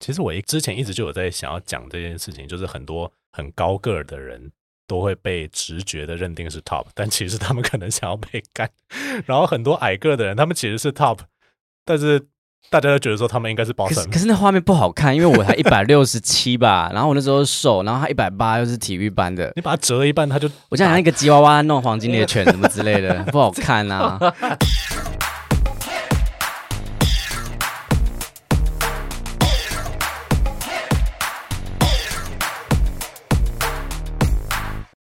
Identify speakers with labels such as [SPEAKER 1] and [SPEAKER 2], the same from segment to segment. [SPEAKER 1] 其实我一之前一直就有在想要讲这件事情，就是很多很高个儿的人都会被直觉的认定是 top，但其实他们可能想要被干。然后很多矮个儿的人，他们其实是 top，但是大家都觉得说他们应该是
[SPEAKER 2] 可是
[SPEAKER 1] bottom
[SPEAKER 2] 可。是那画面不好看，因为我才一百六十七吧，然后我那时候瘦，然后他一百八又是体育 班的，
[SPEAKER 1] 你把它折一半，他就
[SPEAKER 2] 我这样像一个吉娃娃弄黄金猎犬什么之类的，不好看啊。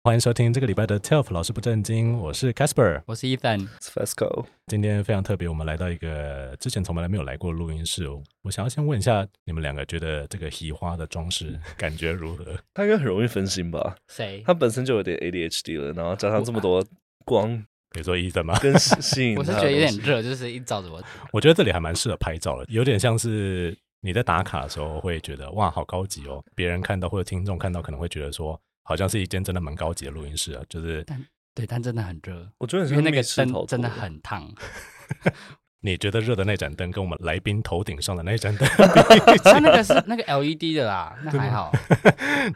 [SPEAKER 1] 欢迎收听这个礼拜的 TELF 老师不正经，我是 Casper。
[SPEAKER 3] 我是 Ethan，
[SPEAKER 2] E
[SPEAKER 4] Fasco，
[SPEAKER 1] 今天非常特别，我们来到一个之前从来没有来过的录音室。我想要先问一下你们两个，觉得这个喜花的装饰感觉如何？
[SPEAKER 4] 他应该很容易分心吧？
[SPEAKER 3] 谁？
[SPEAKER 4] 他本身就有点 ADHD 了，然后加上这么多光
[SPEAKER 1] 比如说伊森吗？
[SPEAKER 4] 跟吸吸引
[SPEAKER 3] 我是
[SPEAKER 4] 他的
[SPEAKER 3] 觉得有点
[SPEAKER 4] 东西
[SPEAKER 3] 热，就是一照着我，
[SPEAKER 1] 我觉得这里还蛮适合拍照的，有点像是你在打卡的时候会觉得哇，好高级哦。别人看到或者听众看到可能会觉得说，好像是一间真的蛮高级的录音室啊。就是
[SPEAKER 3] 对，但真的很热，
[SPEAKER 4] 我觉得很
[SPEAKER 3] 因
[SPEAKER 4] 像
[SPEAKER 3] 为那个
[SPEAKER 4] 密室逃
[SPEAKER 3] 灯
[SPEAKER 4] 脱
[SPEAKER 3] 真的很 烫，
[SPEAKER 1] 你觉得热的那盏灯跟我们来宾头顶上的那盏灯
[SPEAKER 3] 它啊那个是那个 LED 的啦，那还好。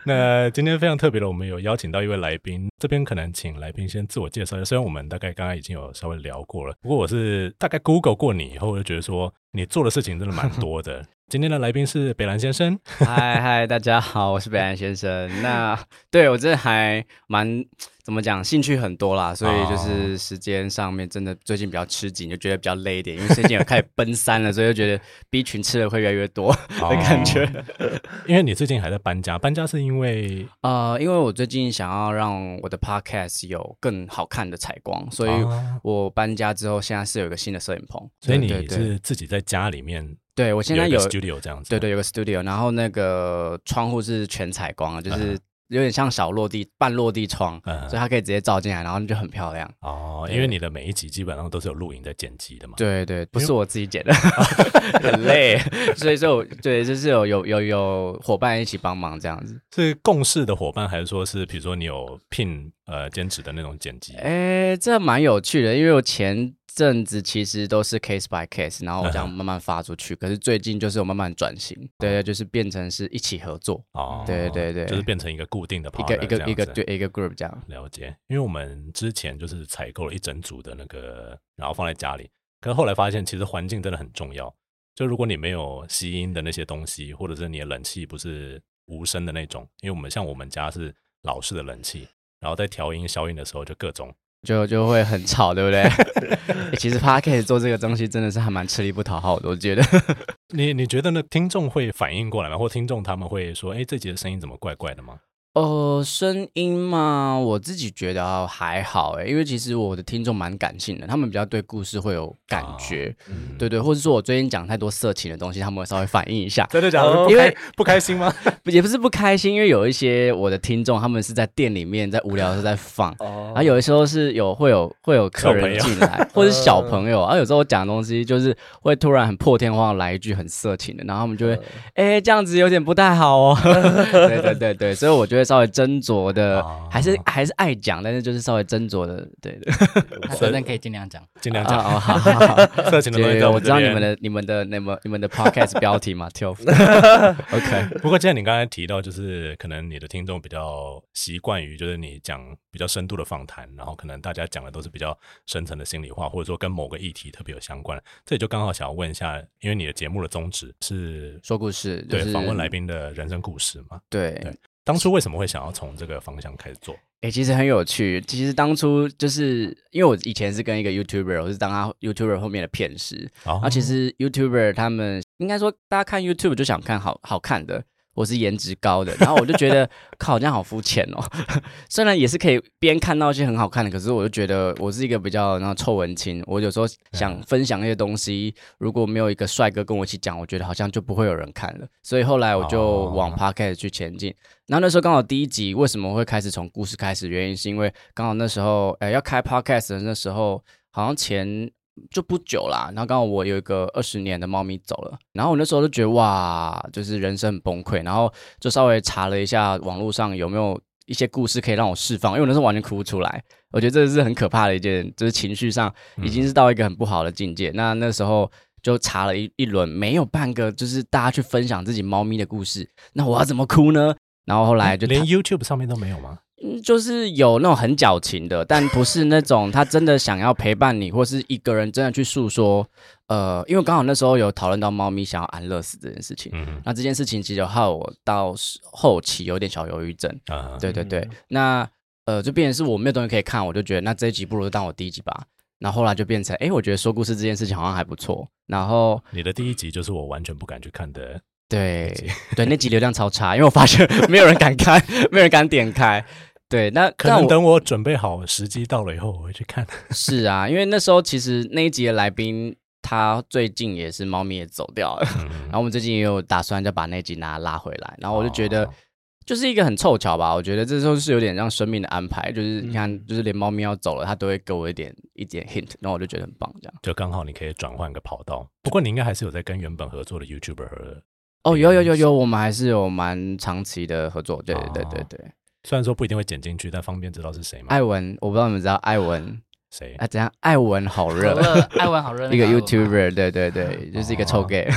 [SPEAKER 1] 那今天非常特别的，我们有邀请到一位来宾，这边可能请来宾先自我介绍一下。虽然我们大概刚刚已经有稍微聊过了，不过我是大概 Google 过你以后，我就觉得说你做的事情真的蛮多的。 今天的来宾是北兰先生，
[SPEAKER 2] 嗨嗨，大家好，我是北岸先生。那对我真的还蛮怎么讲，兴趣很多啦，所以就是时间上面真的最近比较吃紧，就觉得比较累一点，因为最近有开始奔三了，所以就觉得 B 群吃的会越来越多 的感觉。
[SPEAKER 1] 哦 因为你最近还在搬家，搬家是因为
[SPEAKER 2] 呃，因为我最近想要让我的 podcast 有更好看的采光，所以
[SPEAKER 1] 啊
[SPEAKER 2] 我搬家之后现在是有一个新的摄影棚，
[SPEAKER 1] 所以
[SPEAKER 2] 对
[SPEAKER 1] 你
[SPEAKER 2] 对
[SPEAKER 1] 是自己在家里面
[SPEAKER 2] 对我现在
[SPEAKER 1] 一
[SPEAKER 2] 有
[SPEAKER 1] 个 studio 这样子，
[SPEAKER 2] 对对，有个 studio，然后那个窗户是全采光的，啊就是有点像小落地、半落地窗，
[SPEAKER 1] 嗯
[SPEAKER 2] 所以它可以直接照进来，然后就很漂亮。
[SPEAKER 1] 哦，
[SPEAKER 2] 对
[SPEAKER 1] 因为你的每一集基本上都是有录影在剪辑的嘛，
[SPEAKER 2] 对对，不是我自己 剪的，很累， 所以说我对就是有有有有伙伴一起帮忙这样子。
[SPEAKER 1] 是共事的伙伴，还是说是比如说你有聘呃兼职的那种剪辑？
[SPEAKER 2] 哎，这蛮有趣的，因为我前阵子其实都是 case by case，然
[SPEAKER 1] 嗯
[SPEAKER 2] 后我这样慢慢发出去，可是最近就是我慢慢转型，对对，就是变成是一起合作，
[SPEAKER 1] 哦，
[SPEAKER 2] 对对对
[SPEAKER 1] 就是变成一个固定的
[SPEAKER 2] 一个
[SPEAKER 1] partner
[SPEAKER 2] 一个一
[SPEAKER 1] 这
[SPEAKER 2] 个
[SPEAKER 1] 样子
[SPEAKER 2] 对一个 group 这样。
[SPEAKER 1] 了解，因为我们之前就是采购了一整组的那个，然后放在家里，可是后来发现其实环境真的很重要。就如果你没有吸音的那些东西，或者是你的冷气不是无声的那种，因为我们像我们家是老式的冷气，然后在调音消音的时候就各种
[SPEAKER 2] 就就会很吵，对不 对？欸其实 podcast 做这个东西真的是还蛮吃力不讨好的，我觉得。
[SPEAKER 1] 你你觉得呢？听众会反应过来吗？或听众他们会说：“哎，这集的声音怎么怪怪的吗
[SPEAKER 2] 呃，声音嘛，我自己觉得哦还好诶，因为其实我的听众蛮感性的，他们比较对故事会有感觉，？”
[SPEAKER 1] 嗯，
[SPEAKER 2] 对对，或者说我最近讲太多色情的东西，他们会稍微反应一下
[SPEAKER 1] ，真的假
[SPEAKER 4] 的
[SPEAKER 1] 的？
[SPEAKER 2] 因为
[SPEAKER 1] 不开心吗？
[SPEAKER 2] 也不是不开心，因为有一些我的听众他们是在店里面在无聊的时候在放，
[SPEAKER 4] 哦
[SPEAKER 2] 然后有的时候是有会有会有客人进来，或者是
[SPEAKER 1] 嗯
[SPEAKER 2] 小朋友，然后有时候我讲的东西就是会突然很破天荒地来一句很色情的，然后他们
[SPEAKER 1] 嗯
[SPEAKER 2] 就会，哎、这样子有点不太好 哦。对对对对，所以我觉得稍微斟酌的，
[SPEAKER 1] 哦
[SPEAKER 2] 还是还是爱讲，但是就是稍微斟酌的，对对。
[SPEAKER 3] 那真的可以尽量讲，
[SPEAKER 1] 尽量
[SPEAKER 2] 啊
[SPEAKER 1] 讲
[SPEAKER 2] 哦，好好好。
[SPEAKER 1] 色情的东西在
[SPEAKER 2] 对对对，我知
[SPEAKER 1] 这
[SPEAKER 2] 道你
[SPEAKER 1] 边
[SPEAKER 2] 们的、你们的、你们、你们 的 podcast 标题嘛 t i l f OK，
[SPEAKER 1] 不过，既然你刚才提到，就是可能你的听众比较习惯于，就是你讲比较深度的访谈，然后可能大家讲的都是比较深层的心里话，或者说跟某个议题特别有相关。这也就刚好想要问一下，因为你的节目的宗旨是
[SPEAKER 2] 说故事就
[SPEAKER 1] 对
[SPEAKER 2] 是
[SPEAKER 1] 访问来宾的人生故事嘛？
[SPEAKER 2] 对
[SPEAKER 1] 对当初为什么会想要从这个方向开始做？
[SPEAKER 2] 诶，其实很有趣。其实当初就是因为我以前是跟一个 YouTuber，我是当他 YouTuber 后面的片师。
[SPEAKER 1] 然
[SPEAKER 2] 然啊后其实 YouTuber 他们应该说，大家看 YouTube 就想看好好看的，或是颜值高的。然后我就觉 得，靠，这样好肤浅哦。虽然也是可以边看到一些很好看的，可是我就觉得我是一个比较然后臭文青。我有时候想分享一些东西，如果没有一个帅哥跟我一起讲，我觉得好像就不会有人看了。所以后来我就
[SPEAKER 1] 哦
[SPEAKER 2] 往 Podcast 去前进。然后那时候刚好第一集为什么会开始从故事开始，原因是因为刚好那时候呃要开 podcast 的那时候，好像前就不久啦。然后刚好我有一个二十年的猫咪走了，然后我那时候就觉得哇，就是人生很崩溃。然后就稍微查了一下网络上有没有一些故事可以让我释放，因为我那时候完全哭不出来。我觉得这是很可怕的一件，就是情绪上已经是到一个很不好的境界。那那时候就查了一一轮，没有半个就是大家去分享自己猫咪的故事，那我要怎么哭呢？然后后来就
[SPEAKER 1] 嗯连
[SPEAKER 2] 他
[SPEAKER 1] YouTube 上面都没有吗？
[SPEAKER 2] 嗯就是有那种很矫情的，但不是那种他真的想要陪伴你，或是一个人真的去诉说。呃，因为刚好那时候有讨论到猫咪想要安乐死这件事情，
[SPEAKER 1] 嗯
[SPEAKER 2] 那这件事情其实有害我到后期有点小忧郁症。
[SPEAKER 1] 啊，
[SPEAKER 2] 对对对
[SPEAKER 4] 嗯，
[SPEAKER 2] 那呃，就变成是我没有东西可以看，我就觉得那这一集不如就当我第一集吧。然后后来就变成，哎，我觉得说故事这件事情好像还不错。然后
[SPEAKER 1] 你的第一集就是我完全不敢去看的，
[SPEAKER 2] 对对，那集流量超差，因为我发现 没有人敢看，没有人敢点开。对，那
[SPEAKER 1] 可
[SPEAKER 2] 但
[SPEAKER 1] 能
[SPEAKER 2] 我
[SPEAKER 1] 等我准备好时机到了以后，我会去看。
[SPEAKER 2] 是啊，因为那时候其实那一集的来宾他最近也是猫咪也走掉了，
[SPEAKER 1] 嗯
[SPEAKER 2] 然后我们最近也有打算再把那集拿拉回来，然后我就觉得。
[SPEAKER 1] 哦
[SPEAKER 2] 就是一个很凑巧吧，我觉得这就是有点让生命的安排，就是
[SPEAKER 3] 嗯
[SPEAKER 2] 你看，就是连猫咪要走了，它都会给我一点一点 hint，然后我就觉得很棒这样。
[SPEAKER 1] 就刚好你可以转换个跑道。不过你应该还是有在跟原本合作的 YouTuber 合
[SPEAKER 3] 嗯
[SPEAKER 2] 哦，有有有有，我们还是有蛮长期的合作，对对对对对。
[SPEAKER 3] 哦
[SPEAKER 1] 虽然说不一定会剪进去，但方便知道是谁吗？
[SPEAKER 2] 艾文，我不知道你们知道艾 文，
[SPEAKER 1] 谁？
[SPEAKER 2] 啊，怎样？艾文好
[SPEAKER 3] 好
[SPEAKER 2] 热，
[SPEAKER 3] 热，艾文好热，
[SPEAKER 2] 一个
[SPEAKER 3] 那艾文嘛
[SPEAKER 2] YouTuber，对 对对，就是一个臭
[SPEAKER 1] 哦
[SPEAKER 2] gay，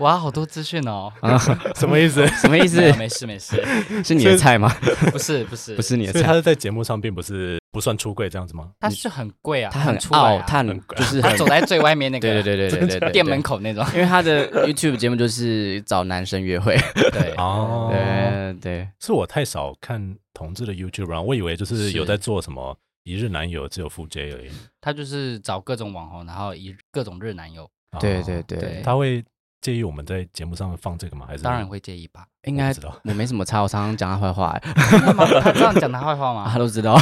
[SPEAKER 3] 哇，好多资讯哦。
[SPEAKER 2] 啊
[SPEAKER 1] 什么意 思？
[SPEAKER 2] 什么意思
[SPEAKER 3] 没？有没事没事，
[SPEAKER 2] 是你的菜吗？
[SPEAKER 3] 不是不是
[SPEAKER 2] 不，是你的
[SPEAKER 1] 所以
[SPEAKER 2] 菜
[SPEAKER 1] 他，是在节目上并不是不算出柜这样子吗？
[SPEAKER 3] 他是很贵啊，
[SPEAKER 2] 他很
[SPEAKER 3] 出来
[SPEAKER 2] 傲，
[SPEAKER 3] 啊
[SPEAKER 2] 他很就是很
[SPEAKER 3] 他走在最外面那个，
[SPEAKER 2] 对对对对对对对，
[SPEAKER 3] 店门口那种。
[SPEAKER 2] 因为他的 YouTube 节目就是找男生约会，
[SPEAKER 3] 对，
[SPEAKER 1] 哦
[SPEAKER 2] 对对，
[SPEAKER 1] 是我太少看同志的 YouTube，然后我以为就是
[SPEAKER 2] 是
[SPEAKER 1] 有在做什么一日男友，只有付 J 而已。
[SPEAKER 3] 他就是找各种网红，然后以各种日男友，
[SPEAKER 1] 哦
[SPEAKER 2] 对对对
[SPEAKER 3] 对
[SPEAKER 1] 他会介意我们在节目上放这个吗？还是
[SPEAKER 3] 当然会介意吧？
[SPEAKER 2] 应该
[SPEAKER 1] 我不知道
[SPEAKER 2] 我没什么差，我常常讲他坏话、欸，
[SPEAKER 3] 真的吗他这样讲他坏话
[SPEAKER 2] 他
[SPEAKER 3] 吗？
[SPEAKER 2] 都知 道。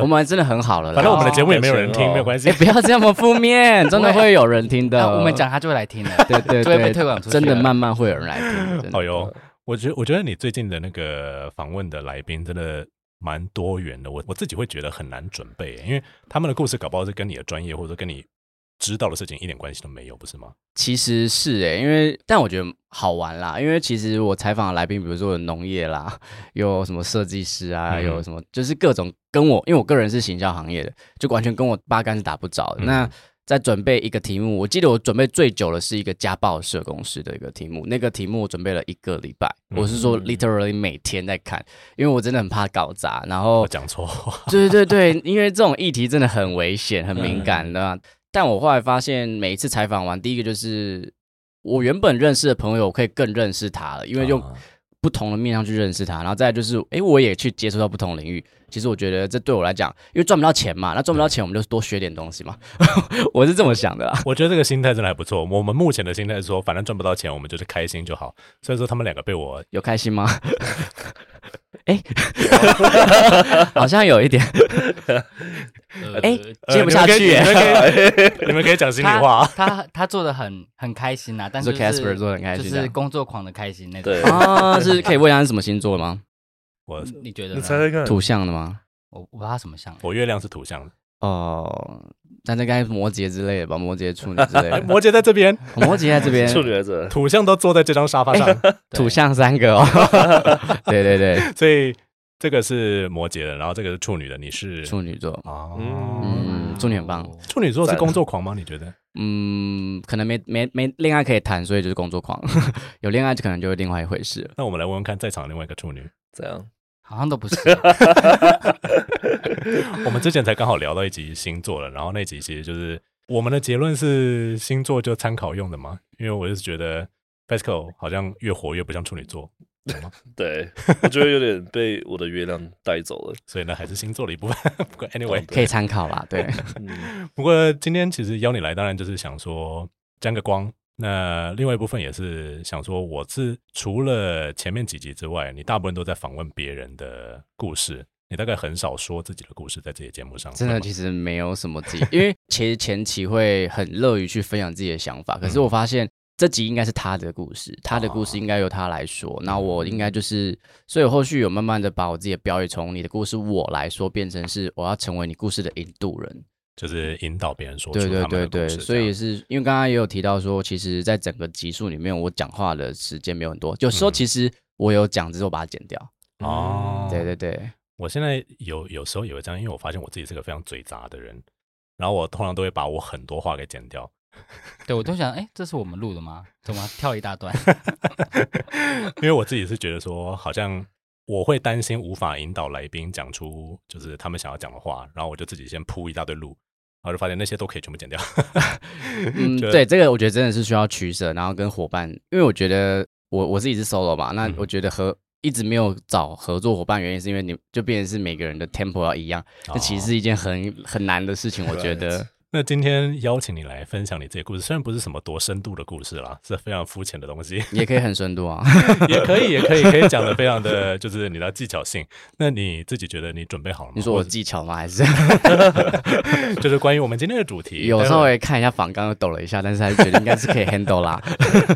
[SPEAKER 2] 我们真的很好了
[SPEAKER 1] 反正
[SPEAKER 2] 啦，
[SPEAKER 1] 我们的节目也没有人
[SPEAKER 4] 哦
[SPEAKER 1] 听，没有关系
[SPEAKER 2] 哎、。不要这么负 面， 真的会有人听的。
[SPEAKER 3] 啊我们讲他就会来听的。
[SPEAKER 2] 对对
[SPEAKER 3] 就会被
[SPEAKER 2] 对，
[SPEAKER 3] 推广出去啊
[SPEAKER 2] 真的
[SPEAKER 3] 了
[SPEAKER 2] 慢慢会有人来听。真的嗯
[SPEAKER 1] 哎呦，我觉我觉得你最近的那个访问的来宾真的蛮多元的，我我自己会觉得很难准备，因为他们的故事搞不好是跟你的专业或者跟你知道的事情一点关系都没有，不是吗？
[SPEAKER 2] 其实是哎、因为但我觉得好玩啦，因为其实我采访的来宾，比如说有农业啦， 有什么设计师啊，
[SPEAKER 1] 嗯
[SPEAKER 2] 有什么就是各种跟我，因为我个人是行销行业的，就完全跟我八竿子打不着的。
[SPEAKER 1] 嗯
[SPEAKER 2] 那在准备一个题目，我记得我准备最久的是一个家暴社公司的一个题目，那个题目我准备了一个礼拜，
[SPEAKER 1] 嗯
[SPEAKER 2] 我是说 literally 每天在看，因为我真的很怕搞砸，然 后
[SPEAKER 1] 我讲错话，
[SPEAKER 2] 对对对，因为这种议题真的很危险、很敏感
[SPEAKER 1] 嗯
[SPEAKER 2] 的啊、但我后来发现，每一次采访完，第一个就是我原本认识的朋友，我可以更认识他了，因为用
[SPEAKER 1] 啊
[SPEAKER 2] 不同的面向去认识他。然后再来就是，哎，我也去接触到不同领域。其实我觉得这对我来讲，因为赚不到钱嘛，那赚不到钱，我们就多学点东西嘛。 我是这么想的啦。
[SPEAKER 1] 我觉得这个心态真的还不错。我们目前的心态是说，反正赚不到钱，我们就是开心就好。所以说他们两个被我
[SPEAKER 2] 有开心吗？哎，好像有一点哎
[SPEAKER 1] 呃
[SPEAKER 2] 接不下去、
[SPEAKER 1] 你
[SPEAKER 2] 耶
[SPEAKER 1] 们可以你们 可以你们可以讲心里话啊。
[SPEAKER 3] 他他做的很很开心呐，但
[SPEAKER 2] 你
[SPEAKER 3] 是
[SPEAKER 2] 说
[SPEAKER 3] 就是
[SPEAKER 2] Casper 做的很开
[SPEAKER 3] 就
[SPEAKER 2] 心这
[SPEAKER 3] 是
[SPEAKER 2] 样，
[SPEAKER 3] 工作狂的开心那种。
[SPEAKER 4] 对
[SPEAKER 2] 啊，是可以问一下是什么星座的吗？
[SPEAKER 1] 我
[SPEAKER 3] 你觉得
[SPEAKER 4] 你猜猜
[SPEAKER 3] 呢？
[SPEAKER 4] 看，
[SPEAKER 2] 土象的吗？
[SPEAKER 3] 我我不知道他什么像，
[SPEAKER 1] 我月亮是土象的，
[SPEAKER 2] 哦，那应该是摩羯之类的吧，摩羯、处女之类
[SPEAKER 1] 哎，
[SPEAKER 2] 的。
[SPEAKER 1] 摩羯在这边，
[SPEAKER 2] 摩羯在这 边，
[SPEAKER 4] 处女 来着，
[SPEAKER 1] 土象都坐在这张沙发
[SPEAKER 2] 哎
[SPEAKER 1] 上，
[SPEAKER 3] 对
[SPEAKER 2] 土象三个哦。对 对对，
[SPEAKER 1] 所以这个是摩羯的，然后这个是处女的，你是
[SPEAKER 2] 处女座，
[SPEAKER 1] 哦，
[SPEAKER 2] 嗯，处女很棒。
[SPEAKER 1] 处女座是工作狂吗？你觉得？
[SPEAKER 2] 嗯，可能没没没恋爱可以谈，所以就是工作 狂。 有恋爱就可能就是另外一回事了。
[SPEAKER 1] 那我们来问问看，在场另外一个处女，
[SPEAKER 4] 这样
[SPEAKER 3] 好像都不是。
[SPEAKER 1] 我们之前才刚好聊到一集星座了，然后那集其实就是我们的结论是星座就参考用的嘛，因为我就是觉得 b e s c o 好像越活越不像处女座，懂吗
[SPEAKER 4] 对，我觉得有点被我的月亮带走 了。
[SPEAKER 1] 所以呢还是星座的一部分。 不过 anyway，
[SPEAKER 2] 可以参考啦，对，
[SPEAKER 4] 嗯，
[SPEAKER 1] 不过今天其实邀你来，当然就是想说沾个光。那另外一部分也是想说，我是除了前面几集之外，你大部分都在访问别人的故事，你大概很少说自己的故事在这些节目上。
[SPEAKER 2] 真
[SPEAKER 1] 会
[SPEAKER 2] 的
[SPEAKER 1] 吗
[SPEAKER 2] 其实没有什么自己，因为其实前期会很乐于去分享自己的想法，可
[SPEAKER 1] 嗯
[SPEAKER 2] 是我发现这集应该是他的故事，他的
[SPEAKER 1] 哦
[SPEAKER 2] 故事应该由他来说，那
[SPEAKER 1] 嗯
[SPEAKER 2] 我应该就是，所以我后续有慢慢的把我自己的标语从你的故事我来说，变成是我要成为你故事的引渡人，
[SPEAKER 1] 就是引导别人说出
[SPEAKER 2] 对对
[SPEAKER 1] 他们
[SPEAKER 2] 对
[SPEAKER 1] 的故
[SPEAKER 2] 对，
[SPEAKER 1] 事
[SPEAKER 2] 所以也是因为刚刚也有提到说，其实在整个集数里面，我讲话的时间没有很多，有时候
[SPEAKER 1] 嗯
[SPEAKER 2] 其实我有讲，只是我把它剪掉，
[SPEAKER 1] 这样哦，
[SPEAKER 2] 嗯对对对，
[SPEAKER 1] 我现在有有时候也会这样，因为我发现我自己是个非常嘴杂的人，然后我通常都会把我很多话给剪掉，
[SPEAKER 3] 对我都想，哎，这是我们录的吗？怎么跳一大段？
[SPEAKER 1] 因为我自己是觉得说，好像我会担心无法引导来宾讲出就是他们想要讲的话，然后我就自己先铺一大堆路，然后就发现那些都可以全部剪 掉。
[SPEAKER 2] 嗯，
[SPEAKER 1] 就
[SPEAKER 2] 对，这个我觉得真的是需要取舍，然后跟伙伴，因为我觉得我我自己是 solo 嘛，那
[SPEAKER 1] 嗯
[SPEAKER 2] 我觉得合、一直没有找合作伙伴，原因是因为你就变成是每个人的 tempo 要一样，这其实
[SPEAKER 1] 哦
[SPEAKER 2] 是一件很很难的事情，我觉得。
[SPEAKER 1] 那今天邀请你来分享你自己的故事，虽然不是什么多深度的故事啦，是非常肤浅的东西，
[SPEAKER 2] 也可以很深度啊，
[SPEAKER 1] 也可以，也可以，可以讲的非常的就是你的技巧性。那你自己觉得你准备好了吗？
[SPEAKER 2] 你说我
[SPEAKER 1] 或者
[SPEAKER 2] 技巧吗？还是
[SPEAKER 1] 就是关于我们今天的主题，
[SPEAKER 2] 有
[SPEAKER 1] 待
[SPEAKER 2] 稍
[SPEAKER 1] 会
[SPEAKER 2] 微看一下仿纲，又抖了一下，但是还是觉得应该是可以 handle 啦。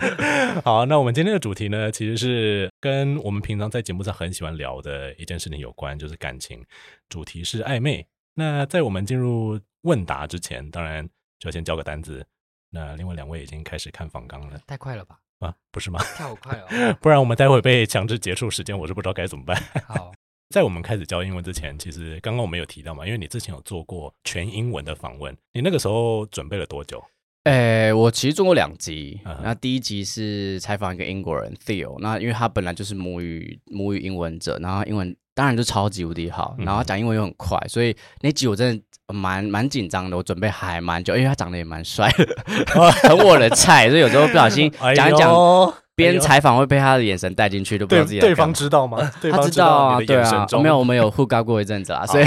[SPEAKER 1] 好，那我们今天的主题呢，其实是跟我们平常在节目上很喜欢聊的一件事情有关，就是感情。主题是暧昧。那在我们进入问答之前，当然就要先交个单子。那另外两位已经开始看访纲了
[SPEAKER 3] 太快了吧，
[SPEAKER 1] 啊， 不是吗？
[SPEAKER 3] 跳好 快哦。
[SPEAKER 1] 不然我们待会被强制结束时间，我是不知道该怎么办。
[SPEAKER 3] 好，
[SPEAKER 1] 在我们开始教英文之前，其实刚刚我们有提到嘛，因为你之前有做过全英文的访问，你那个时候准备了多久？
[SPEAKER 2] 诶、我其实做过两集
[SPEAKER 1] 嗯哼，
[SPEAKER 2] 那第一集是采访一个英国人 Theo，那因为他本来就是母语母语英文者，然后他英文当然就超级无敌好，
[SPEAKER 1] 嗯
[SPEAKER 2] 然后他讲英文又很快，所以那集我真的蛮蛮紧张的，我准备还蛮久，因为他长得也蛮帅 的，很我的菜，所以有时候不小心
[SPEAKER 1] 哎呦
[SPEAKER 2] 讲一讲，
[SPEAKER 1] 哎呦
[SPEAKER 2] 边采访会被他的眼神带进去，都不知
[SPEAKER 1] 对
[SPEAKER 2] 道自己在
[SPEAKER 1] 对
[SPEAKER 2] 干
[SPEAKER 1] 方
[SPEAKER 2] 嘛。
[SPEAKER 1] 知道吗？对
[SPEAKER 2] 他
[SPEAKER 1] 方
[SPEAKER 2] 知道啊，
[SPEAKER 1] 你的
[SPEAKER 2] 对
[SPEAKER 1] 眼神
[SPEAKER 2] 啊，
[SPEAKER 1] 中、
[SPEAKER 2] 没有，我们有互告过一阵子 啊，所以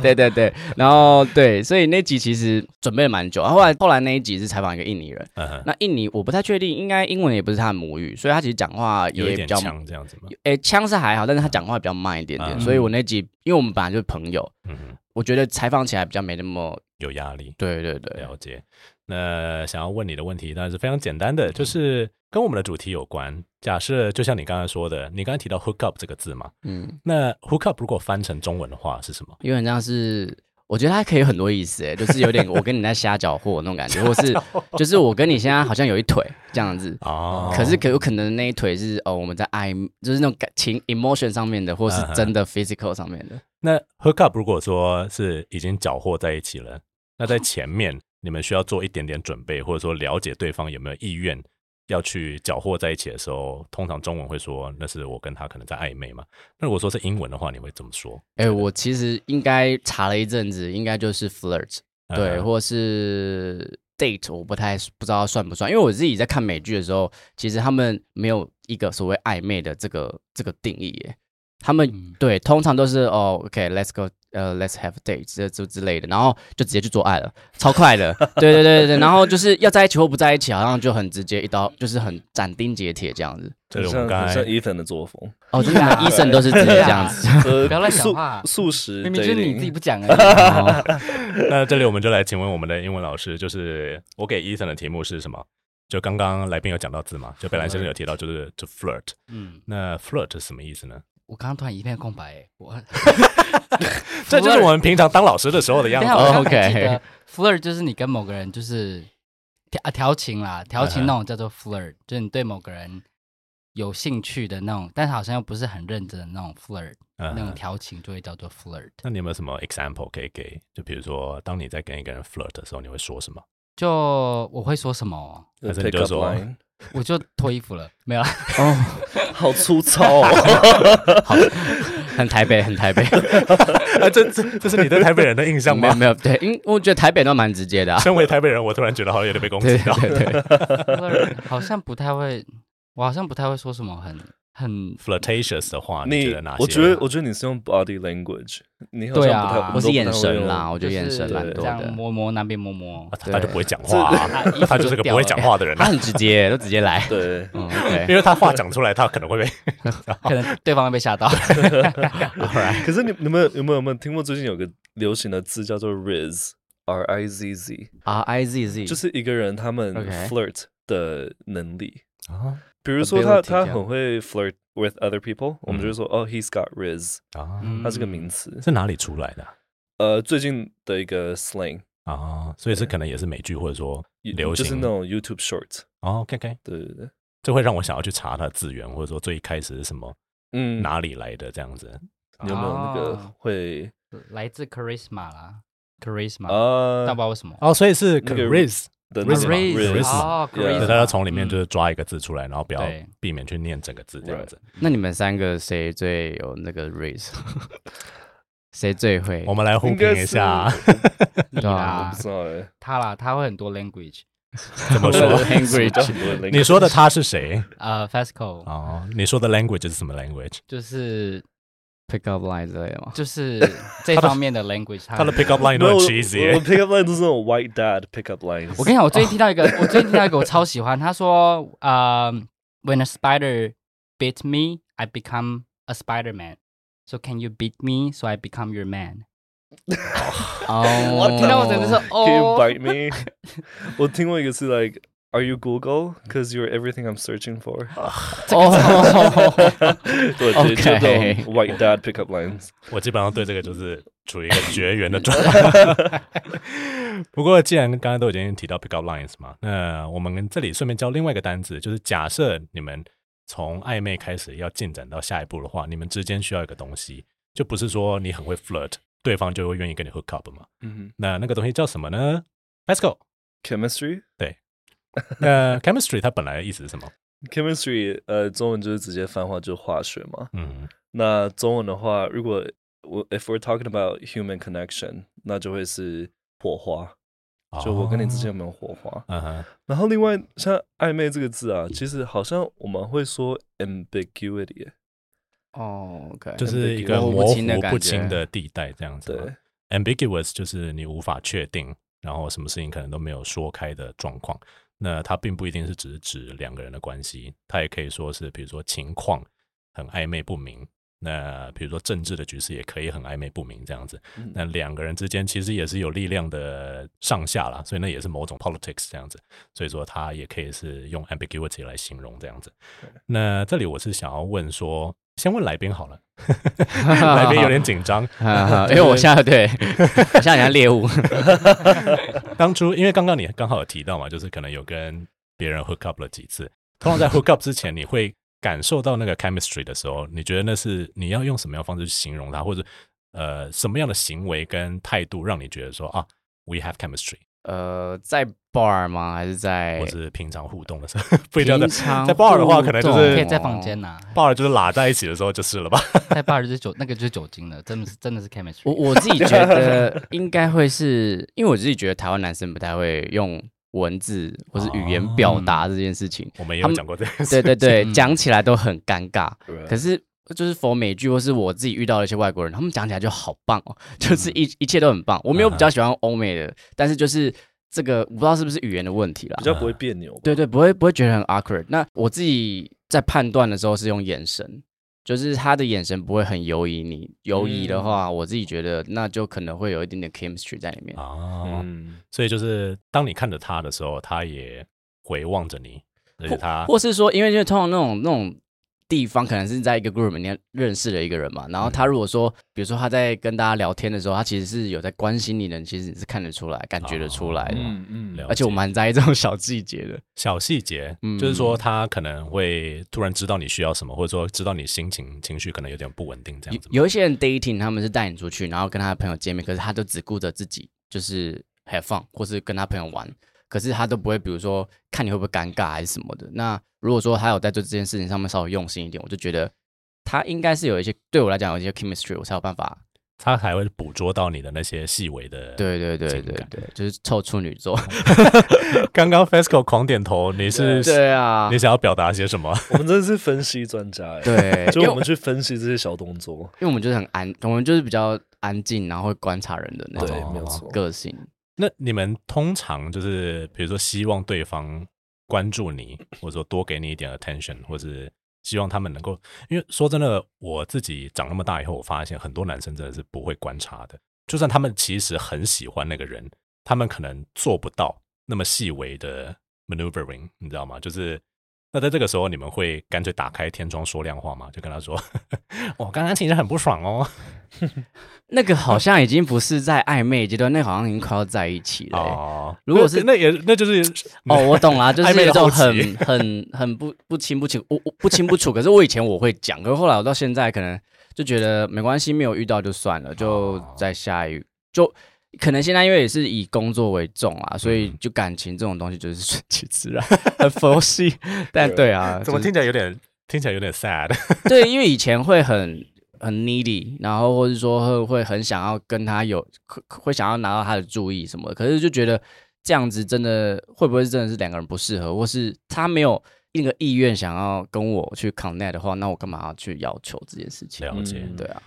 [SPEAKER 2] 对对对，然后对，所以那集其实准备了蛮久，然后后来后来那一集是采访一个印尼人，
[SPEAKER 1] 嗯哼
[SPEAKER 2] 那印尼我不太确定，应该英文也不是他的母语，所以他其实讲话
[SPEAKER 1] 有一
[SPEAKER 2] 也比
[SPEAKER 1] 点
[SPEAKER 2] 较，
[SPEAKER 1] 强这样子吗？
[SPEAKER 2] 诶，腔是还好，但是他讲话比较慢一点点，
[SPEAKER 1] 嗯
[SPEAKER 2] 所以我那集因为我们本来就是朋友，
[SPEAKER 1] 嗯哼，
[SPEAKER 2] 我觉得采访起来比较没那么，
[SPEAKER 1] 有压力，
[SPEAKER 2] 对对对，
[SPEAKER 1] 了解。那想要问你的问题当然是非常简单
[SPEAKER 2] 嗯
[SPEAKER 1] 的，就是跟我们的主题有关。假设就像你刚才说的，你刚才提到 hook up 这个字嘛，
[SPEAKER 2] 嗯，
[SPEAKER 1] 那 hook up 如果翻成中文的话是什么？
[SPEAKER 2] 因为很像是。我觉得它可以有很多意思，诶，就是有点我跟你在瞎搅和那 种感觉，或是就是我跟你现在好像有一腿这样子，
[SPEAKER 1] 哦，
[SPEAKER 2] 可是可有可能那一腿是哦我们在爱，就是那种感情 emotion 上面的，或是
[SPEAKER 1] 嗯哼
[SPEAKER 2] 真的 physical 上面的。
[SPEAKER 1] 那 hook up 如果说是已经搅和在一起了，那在前面你们需要做一点点准备，或者说了解对方有没有意愿要去搅和在一起的时候，通常中文会说那是我跟他可能在暧昧嘛。那如果说是英文的话，你会怎么说？
[SPEAKER 2] 哎、我其实应该查了一阵子，应该就是 flirt，对，
[SPEAKER 1] 嗯
[SPEAKER 2] 或是 date，我不太不知道算不算，因为我自己在看美剧的时候，其实他们没有一个所谓暧昧的这个这个定义耶，他们、
[SPEAKER 3] 嗯
[SPEAKER 2] 对通常都是哦，OK，let's、go，呃、l e t s have a date 这这之类的，然后就直接去做爱了，超快的，对对对对对，然后就是要在一起或不在一起，好像就很直接一刀，就是很斩钉截铁这样子。
[SPEAKER 1] 这是我
[SPEAKER 4] 像
[SPEAKER 1] 们刚
[SPEAKER 4] 很
[SPEAKER 1] 才
[SPEAKER 4] 像 Ethan 的作风，
[SPEAKER 2] 哦，就是 可能医生都是直接这样子。
[SPEAKER 4] 不
[SPEAKER 3] 不要乱讲话
[SPEAKER 4] 素食
[SPEAKER 3] 明明就是你自己
[SPEAKER 4] dating
[SPEAKER 3] 不 讲 而
[SPEAKER 2] 哦
[SPEAKER 1] 那这里我们就来请问我们的英文老师，就是我给 Ethan 的题目是什么？就刚刚来宾有讲到字嘛，就北兰先生有提到，就是就 flirt。
[SPEAKER 3] 已。嗯，
[SPEAKER 1] 那 flirt 是什么意思呢？
[SPEAKER 3] 我刚刚突然一片空白耶，我
[SPEAKER 1] 这就是我们平常当老师的时候的样
[SPEAKER 3] 等一
[SPEAKER 1] 子
[SPEAKER 3] 下
[SPEAKER 2] 哦
[SPEAKER 3] 我
[SPEAKER 1] 啊。
[SPEAKER 3] 刚才记
[SPEAKER 2] OK
[SPEAKER 3] 得 flirt 就是你跟某个人就是调啊调情啦，调
[SPEAKER 2] 嗯
[SPEAKER 3] 情那种叫做 flirt，就是你对某个人有兴趣的那种，但是好像又不是很认真的那种 flirt，
[SPEAKER 1] 嗯
[SPEAKER 3] 那种调情就会叫做 flirt。
[SPEAKER 1] 那你有没有什么 example 可以给？就比如说，当你在跟一个人 flirt 的时候，你会说什么？
[SPEAKER 3] 就我会说什么，哦
[SPEAKER 1] 还是你
[SPEAKER 4] pick
[SPEAKER 1] 就
[SPEAKER 4] up
[SPEAKER 1] 说
[SPEAKER 4] 呃 line，
[SPEAKER 3] 我就脱衣服了，没有啦，
[SPEAKER 2] 哦，
[SPEAKER 4] 好粗 糙哦，
[SPEAKER 2] 好，很台北，很台北，
[SPEAKER 1] 啊，这这这是你对台北人的印象
[SPEAKER 2] 没有
[SPEAKER 1] 吗？
[SPEAKER 2] 没有，对，因为我觉得台北都蛮直接嗯的、啊，
[SPEAKER 1] 身为台北人，我突然觉得好像有点被攻击
[SPEAKER 2] 对
[SPEAKER 1] 到。
[SPEAKER 2] 对对对，
[SPEAKER 3] 好像不太会，我好像不太会说什么很很
[SPEAKER 1] flirtatious 的话，你
[SPEAKER 4] 你
[SPEAKER 1] 觉得哪些？
[SPEAKER 4] 我觉得我觉得你是用 body language，你好
[SPEAKER 3] 对
[SPEAKER 4] 像
[SPEAKER 3] 啊
[SPEAKER 4] 不太，
[SPEAKER 2] 我
[SPEAKER 4] 你都
[SPEAKER 2] 是
[SPEAKER 4] 不
[SPEAKER 2] 眼
[SPEAKER 4] 太会
[SPEAKER 2] 神
[SPEAKER 4] 用
[SPEAKER 2] 啦，我觉
[SPEAKER 3] 就
[SPEAKER 2] 得
[SPEAKER 3] 是
[SPEAKER 2] 眼神蛮多
[SPEAKER 3] 这样
[SPEAKER 2] 的，
[SPEAKER 3] 摸摸那边摸摸
[SPEAKER 1] 啊，他他就不会讲
[SPEAKER 4] 这
[SPEAKER 1] 话啊
[SPEAKER 3] 啊衣，服
[SPEAKER 1] 他就是个不会讲话的人
[SPEAKER 2] 他
[SPEAKER 1] 啊，
[SPEAKER 2] 很直接，都直接来，
[SPEAKER 4] 对，
[SPEAKER 2] 嗯
[SPEAKER 1] 因
[SPEAKER 2] ，OK，
[SPEAKER 1] 为他话讲出来，他可能会被
[SPEAKER 3] 可能对方会被吓到。
[SPEAKER 4] 可是你你们有没有有没有听过最近有个流行的字叫做 riz，r i z z，
[SPEAKER 3] 啊
[SPEAKER 2] ，R I Z Z，
[SPEAKER 4] 就是一个人他们
[SPEAKER 2] OK
[SPEAKER 4] flirt 的能力。
[SPEAKER 1] 啊
[SPEAKER 4] 比如说他
[SPEAKER 2] ability 这
[SPEAKER 4] 他
[SPEAKER 2] 样
[SPEAKER 4] 很会 flirt with other people，、我们就会说哦，he's got riz，
[SPEAKER 1] 啊，
[SPEAKER 3] 嗯
[SPEAKER 4] 它是个名词。
[SPEAKER 1] 是哪里出来的啊？
[SPEAKER 4] 呃，最近的一个 slang，
[SPEAKER 1] 啊，所以是可能也是美剧或者说流
[SPEAKER 4] 就是
[SPEAKER 1] 行
[SPEAKER 4] 那种 YouTube short。
[SPEAKER 1] 哦，OK OK，
[SPEAKER 4] 对对对，
[SPEAKER 1] 这会让我想要去查它的字源，或者说最一开始是什么
[SPEAKER 4] 嗯，
[SPEAKER 1] 哪里来的这样子。
[SPEAKER 4] 你有没有那个
[SPEAKER 3] 哦
[SPEAKER 4] 会
[SPEAKER 3] 来自 charisma 啦，charisma，
[SPEAKER 4] 啊
[SPEAKER 3] 但不知？道为什么。
[SPEAKER 1] 哦，所以是
[SPEAKER 4] 那个
[SPEAKER 1] charis
[SPEAKER 4] 的那
[SPEAKER 1] Riz
[SPEAKER 4] 种
[SPEAKER 1] 嘛
[SPEAKER 4] Riz
[SPEAKER 1] Riz
[SPEAKER 3] 哦
[SPEAKER 4] 对
[SPEAKER 1] 所
[SPEAKER 3] Riz
[SPEAKER 1] 以大家从里面
[SPEAKER 3] 嗯
[SPEAKER 1] 就是抓一个字出来，然后不要
[SPEAKER 3] 对
[SPEAKER 1] 避免去念整个字这样子。
[SPEAKER 2] 那你们三个谁最有那个 raise？谁最会？
[SPEAKER 1] 我们来互
[SPEAKER 4] 应该
[SPEAKER 1] 评
[SPEAKER 4] 是
[SPEAKER 1] 一下，
[SPEAKER 3] 你
[SPEAKER 2] 对
[SPEAKER 4] 我
[SPEAKER 2] 啊
[SPEAKER 3] 啦
[SPEAKER 4] 不，知道哎，
[SPEAKER 3] 他啦，他会很多 language，
[SPEAKER 1] 怎么
[SPEAKER 4] 我
[SPEAKER 1] 说？
[SPEAKER 4] language，
[SPEAKER 1] 你说的他是谁？
[SPEAKER 3] 呃，Fasco
[SPEAKER 1] 哦，你说的 language 是什么 language？
[SPEAKER 3] 就是
[SPEAKER 2] pick up line 之类的吗？
[SPEAKER 3] 就是这方面的 language，他
[SPEAKER 1] 他的 pick up line
[SPEAKER 4] 没有
[SPEAKER 1] 都
[SPEAKER 4] 我
[SPEAKER 1] 很
[SPEAKER 4] 我
[SPEAKER 1] cheesy，
[SPEAKER 4] pick up line 都是那种 white dad pick up lines。
[SPEAKER 3] 我跟你讲，我最近听到一个，我最近听到一个我超喜欢，他说，呃、w h e n a spider bit me, I become a Spider Man. So can you beat me? So I become your man. Oh，
[SPEAKER 2] 哦，
[SPEAKER 3] 听到我整个是
[SPEAKER 4] Can you
[SPEAKER 3] 哦，
[SPEAKER 4] bite me？我听过一个是 like。Are you Google? Because you're everything I'm searching for.
[SPEAKER 2] 哦，
[SPEAKER 4] 对，就就这
[SPEAKER 2] Okay
[SPEAKER 4] 种 white dad pickup lines。
[SPEAKER 1] 我基本上对这个就是处于一个绝缘的状 态。 不过，既然刚刚都已经提到 pick up lines 嘛，那我们这里顺便教另外一个单词，就是假设你们从暧昧开始要进展到下一步的话，你们之间需要一个东西，就不是说你很会 flirt，对方就会愿意跟你 hook up 嘛。
[SPEAKER 4] 嗯
[SPEAKER 1] 那那个东西叫什么呢？Let's go。
[SPEAKER 4] ，chemistry。
[SPEAKER 1] 那 chemistry 它本来的意思是什么？
[SPEAKER 4] chemistry，呃，中文就是直接翻化就是化学嘛。
[SPEAKER 1] 嗯，
[SPEAKER 4] 那中文的话，如果我 if we're talking about human connection，那就会是火花。就我跟你之间有
[SPEAKER 1] 哦，
[SPEAKER 4] 没有火花？
[SPEAKER 1] 嗯哼，
[SPEAKER 4] 然后另外像暧昧这个字啊，其实好像我们会说 ambiguity，
[SPEAKER 2] 哦，OK，
[SPEAKER 1] 就是一个
[SPEAKER 2] 模糊
[SPEAKER 1] 模
[SPEAKER 2] 不
[SPEAKER 1] 糊
[SPEAKER 2] 清的感
[SPEAKER 1] 不清
[SPEAKER 2] 觉
[SPEAKER 1] 的地带这样子嘛。
[SPEAKER 4] 对，
[SPEAKER 1] ambiguous 就是你无法确定，然后什么事情可能都没有说开的状况。那它并不一定是只是指两个人的关系，它也可以说是比如说情况很暧昧不明。那比如说政治的局势也可以很暧昧不明这样子，
[SPEAKER 4] 嗯
[SPEAKER 1] 那两个人之间其实也是有力量的上下啦，所以那也是某种 politics 这样子，所以说它也可以是用 ambiguity 来形容这样子。那这里我是想要问说，先问来宾好了，来宾有点紧张，
[SPEAKER 2] 哈哈， 因为我 现在对，我现在很像猎物。
[SPEAKER 1] 当初因为刚刚你刚好有提到嘛，就是可能有跟别人 hook up 了几次。通常在 hook up 之前，你会感受到那个 chemistry 的时候，你觉得那是你要用什么样的方式去形容它，或者呃什么样的行为跟态度让你觉得说啊，we have chemistry，
[SPEAKER 2] 呃，在 bar 吗？还是在
[SPEAKER 1] 或是平常互动的时候 不一定要在
[SPEAKER 2] 平常
[SPEAKER 1] 在 bar 的话，可能就
[SPEAKER 2] 互
[SPEAKER 3] 可
[SPEAKER 1] 是哦
[SPEAKER 3] 以
[SPEAKER 2] 动
[SPEAKER 3] 在房间呐、
[SPEAKER 1] bar 就是拉在一起的时候就是了吧。
[SPEAKER 3] 在 bar 就是酒，那个就是酒精了，真的是真的是 chemistry。
[SPEAKER 2] 我我自己觉得应该会是，因为我自己觉得台湾男生不太会用文字或是语言表
[SPEAKER 1] 哦
[SPEAKER 2] 达这件事情。
[SPEAKER 1] 我们也有
[SPEAKER 2] 他们
[SPEAKER 1] 讲过 这件
[SPEAKER 2] 对
[SPEAKER 1] 事，
[SPEAKER 2] 对对，
[SPEAKER 3] 嗯
[SPEAKER 2] 讲起来都很尴尬。可
[SPEAKER 4] 可
[SPEAKER 2] 是就是佛美剧或是我自己遇到的一些外国人，他们讲起来就好棒哦，就是一、一切都很棒。我没有比较喜欢欧美的，但是就是这个我不知道是不是语言的问题啦
[SPEAKER 4] 比。较不会别扭吧。
[SPEAKER 2] 对对，不会不会觉得很 awkward。那我自己在判断的时候是用眼神，就是他的眼神不会很犹疑你。犹疑的话，我自己觉得那就可能会有一点点 chemistry 在里面。
[SPEAKER 1] 啊，
[SPEAKER 4] 嗯，
[SPEAKER 1] 所以就是当你看着他的时候，他也回望着你，而且他
[SPEAKER 2] 或是说，因为就是通常那种那种地方，可能是在一个 group 里面认识了一个人嘛，
[SPEAKER 1] 嗯
[SPEAKER 2] 然后他如果说，比如说他在跟大家聊天的时候，他其实是有在关心你的，其实你是看得出来、感觉得出来的。
[SPEAKER 1] 哦
[SPEAKER 4] 嗯
[SPEAKER 1] 了
[SPEAKER 2] 而且我蛮在意这种小细节的，
[SPEAKER 1] 小细节，
[SPEAKER 2] 嗯
[SPEAKER 1] 就是说他可能会突然知道你需要什么，或者说知道你心情情绪可能有点不稳定这样子嘛。
[SPEAKER 2] 有有一些人 dating 他们是带你出去，然后跟他的朋友见面，可是他就只顾着自己，就是 have fun 或是跟他朋友玩，可是他都不会，比如说看你会不会尴尬还是什么的。那如果说他有在做这件事情上面稍微用心一点，我就觉得他应该是有一些对我来讲有一些 chemistry，我才有办法。
[SPEAKER 1] 他还会捕捉到你的那些细微的。，
[SPEAKER 2] 对对对
[SPEAKER 1] 情
[SPEAKER 2] 对
[SPEAKER 1] 感
[SPEAKER 2] 对，就是臭处女座。
[SPEAKER 1] 刚刚 FESCO 狂点头，你 是
[SPEAKER 2] 对啊
[SPEAKER 1] 你，想要表达些什么？
[SPEAKER 4] 我们真的是分析专家哎。
[SPEAKER 2] 对，
[SPEAKER 4] 就
[SPEAKER 2] 因为
[SPEAKER 4] 我们去分析这些小动作，
[SPEAKER 2] 因为我们就是很安，我们就是比较安静，然后会观察人的那
[SPEAKER 4] 对
[SPEAKER 2] 种，
[SPEAKER 4] 没有错。
[SPEAKER 2] 个性。
[SPEAKER 1] 那你们通常就是比如说希望对方关注你，或者说多给你一点 attention，或是希望他们能够，因为说真的，我自己长那么大以后，我发现很多男生真的是不会观察的，就算他们其实很喜欢那个人，他们可能做不到那么细微的 maneuvering，你知道吗？就是。那在这个时候，你们会干脆打开天窗说亮话吗？就跟他说：“ 我刚刚其实很不爽哦。
[SPEAKER 2] 那个好像已经不是在暧昧阶段，那个好像已经快要在一起”了欸、
[SPEAKER 1] 哦，
[SPEAKER 2] 如果是
[SPEAKER 1] 那也那就是
[SPEAKER 2] 哦，我懂 啦，就
[SPEAKER 1] 暧
[SPEAKER 2] 是
[SPEAKER 1] 昧
[SPEAKER 2] 有
[SPEAKER 1] 的
[SPEAKER 2] 一种
[SPEAKER 1] 后期
[SPEAKER 2] 很很很不不清不清，我我不清不楚。可是我以前我会讲，可是后来我到现在可能就觉得没关系，没有遇到就算了，就
[SPEAKER 1] 哦
[SPEAKER 2] 在下一就可能现在因为也是以工作为重啊，所以
[SPEAKER 1] 嗯
[SPEAKER 2] 就感情这种东西就是顺其自然， 很佛系。但对啊，
[SPEAKER 1] 怎么
[SPEAKER 2] 就是
[SPEAKER 1] 听起来有点听起来有点 sad？
[SPEAKER 2] 对，因为以前会很很 needy，然后或者说会会很想要跟他有，会会想要拿到他的注意什么的，可是就觉得这样子真的会不会真的是两个人不适合，或是他没有那个意愿想要跟我去 connect 的话，那我干嘛要去要求这件事情？
[SPEAKER 1] 了解。
[SPEAKER 4] 嗯
[SPEAKER 2] 对啊，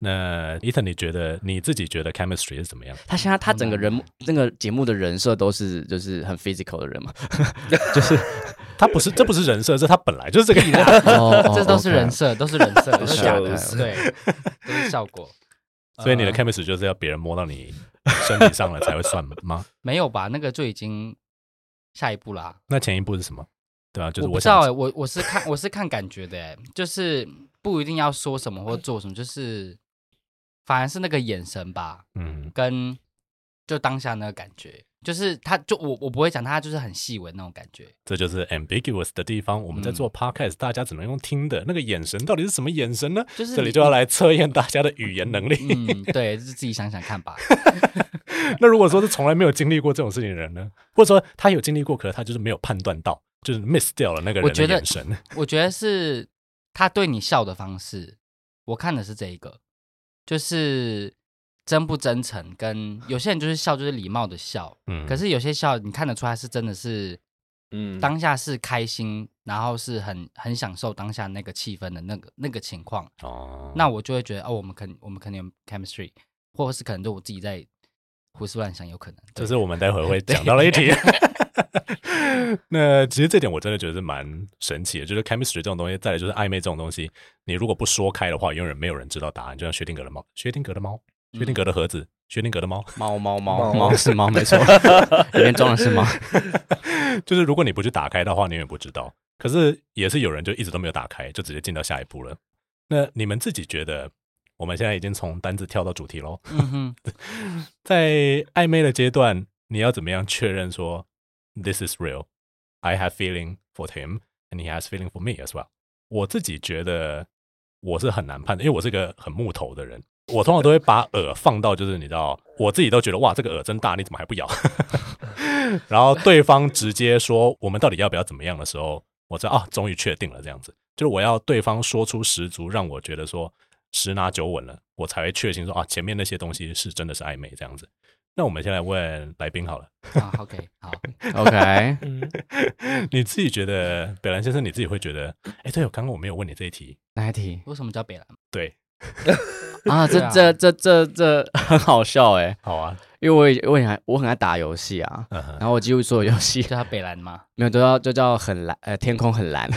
[SPEAKER 1] 那 Ethan，你觉得你自己觉得 chemistry 是怎么样？
[SPEAKER 2] 他现在他整个人那个节目的人设都是就是很 physical 的人嘛，就是
[SPEAKER 1] 他不是，这不是人设，这他本来就是这个样子。
[SPEAKER 3] 这都是
[SPEAKER 1] 哦
[SPEAKER 3] 人设，都是人设，都是假的，
[SPEAKER 2] 是
[SPEAKER 3] 对，都是效果。
[SPEAKER 1] 所以你的
[SPEAKER 3] 呃
[SPEAKER 1] chemistry 就是要别人摸到你身体上了才会算 吗？
[SPEAKER 3] 没有吧？那个就已经下一步啦、
[SPEAKER 1] 那前一步是什么？对啊，就是
[SPEAKER 3] 我不知
[SPEAKER 1] 想
[SPEAKER 3] 道哎、我我是看我是看感觉的、欸，就是不一定要说什么或做什么，就是反而是那个眼神吧，
[SPEAKER 1] 嗯
[SPEAKER 3] 跟就当下那个感觉，就是他就我我不会讲他就是很细微那种感 觉，
[SPEAKER 1] 这就是 ambiguous 的地方。我们在
[SPEAKER 3] 嗯
[SPEAKER 1] 做 podcast，、大家只能用听的那个眼神，到底是什么眼神呢？
[SPEAKER 3] 就是
[SPEAKER 1] 这里
[SPEAKER 3] 你
[SPEAKER 1] 就要来测验大家的语言能力。
[SPEAKER 3] 嗯，对，就是自己想想看吧。嗯
[SPEAKER 1] 那如果说是从来没有经历过这种事情的人呢，或者说他有经历过，可是他就是没有判断到，就是 miss 掉了那个
[SPEAKER 3] 我
[SPEAKER 1] 人的
[SPEAKER 3] 觉得
[SPEAKER 1] 眼神。
[SPEAKER 3] 我觉得是他对你笑的方式，我看的是这一个，就是真不真诚，跟有些人就是笑就是礼貌的笑，
[SPEAKER 1] 嗯，
[SPEAKER 3] 可是有些笑你看得出来是真的是
[SPEAKER 4] 嗯，
[SPEAKER 3] 当下是开心，然后是很很享受当下那个气氛的那个那个情
[SPEAKER 2] 嗯
[SPEAKER 3] 况，
[SPEAKER 1] 哦，
[SPEAKER 3] 那我就会觉得哦，我们肯我们肯定有 chemistry，或者是可能就我自己在胡思乱想，有可能。
[SPEAKER 1] 这
[SPEAKER 3] 对
[SPEAKER 1] 是我们待会儿会讲到的一 题。 那其实这点我真的觉得是蛮神奇的，就是 chemistry 这种东西，再来就是暧昧这种东西，你如果不说开的话，永远没有人知道答案。就像薛定谔的猫，薛定谔的猫，薛定谔的盒子，薛定谔的猫，
[SPEAKER 2] 猫猫猫
[SPEAKER 4] 猫
[SPEAKER 2] 猫是猫没 错，里面装的是猫。
[SPEAKER 1] 就是如果你不去打开的话，你永远不知道。可是也是有人就一直都没有打开，就直接进到下一步了。那你们自己觉得，我们现在已经从单字跳到主题喽，
[SPEAKER 3] 嗯哼，
[SPEAKER 1] 在暧昧的阶段，你要怎么样确认说 this is real? I have feeling for him, and he has feeling for me as well. 我自己觉得我是很难判断，因为我是个很木头的人。我通常都会把饵放到，就是你知道，我自己都觉得哇，这个饵真大，你怎么还不咬？ 然后对方直接说我们到底要不要怎么样的时候，我知道啊，终于确定了这样子。就是我要对方说出十足，让我觉得说十拿九稳了，我才会确信说啊，前面那些东西是真的是暧昧这样子。那我们先来问来宾好了，
[SPEAKER 3] 啊，OK，好，
[SPEAKER 2] OK，
[SPEAKER 4] 嗯
[SPEAKER 1] 你自己觉得北兰先生，你自己会觉得，哎，对哦，刚刚我没有问你这一题，
[SPEAKER 2] 哪一题
[SPEAKER 3] 为什么叫北兰？
[SPEAKER 1] 对，
[SPEAKER 2] 啊？这
[SPEAKER 3] 对啊
[SPEAKER 2] 这这这这很好笑哎、
[SPEAKER 1] 好啊，
[SPEAKER 2] 因为我也我很爱我很爱打游戏啊，
[SPEAKER 1] 嗯哼，
[SPEAKER 2] 然后我几乎所有游戏
[SPEAKER 3] 叫他北兰吗？
[SPEAKER 2] 没有都要就叫很蓝，呃，天空很 蓝，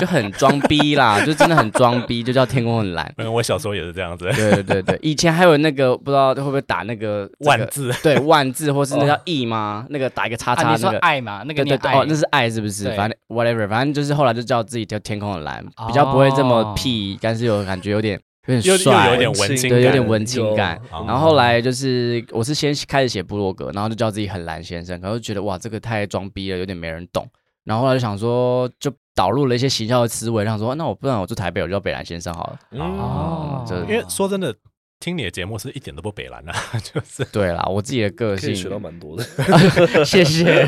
[SPEAKER 2] 就很装逼啦，就真的很装逼，就叫天空很蓝。
[SPEAKER 1] 没有我小时候也是 这样子，
[SPEAKER 2] 对对对对，以前还有那个不知道会不会打那个这个
[SPEAKER 1] 万字，
[SPEAKER 2] 对万字或是那叫 E 吗？那个打一个叉
[SPEAKER 3] 哦啊，
[SPEAKER 2] 叉
[SPEAKER 3] 你说
[SPEAKER 2] 那个。
[SPEAKER 3] 爱嘛？那个
[SPEAKER 2] 对对
[SPEAKER 3] 念
[SPEAKER 2] 对，
[SPEAKER 3] 爱
[SPEAKER 2] 哦，那是爱是不是？
[SPEAKER 3] 对
[SPEAKER 2] 反正 whatever，反正就是后来就叫自己叫天空很蓝，比较不会这么
[SPEAKER 3] 哦
[SPEAKER 2] 屁，但是有感觉有点有
[SPEAKER 1] 又
[SPEAKER 2] 点
[SPEAKER 1] 又
[SPEAKER 2] 帅，
[SPEAKER 1] 有点文青感，
[SPEAKER 2] 对，有点文青感。
[SPEAKER 4] 啊
[SPEAKER 1] 哦
[SPEAKER 2] 然后后来就是，我是先开始写部落格，然后就叫自己很蓝先生，然后就觉得哇，这个太装逼了，有点没人懂。然后后来就想说，就导入了一些行销的思维，想说，那我不然我住台北，我就叫北蓝先生好了。
[SPEAKER 3] 哦
[SPEAKER 2] 嗯，这
[SPEAKER 1] 因为说真的，听你的节目是一点都不北蓝啊， 就是
[SPEAKER 2] 对啦，我自己的个
[SPEAKER 4] 可以学到
[SPEAKER 2] 性，
[SPEAKER 4] 蛮 多的。
[SPEAKER 2] 谢谢。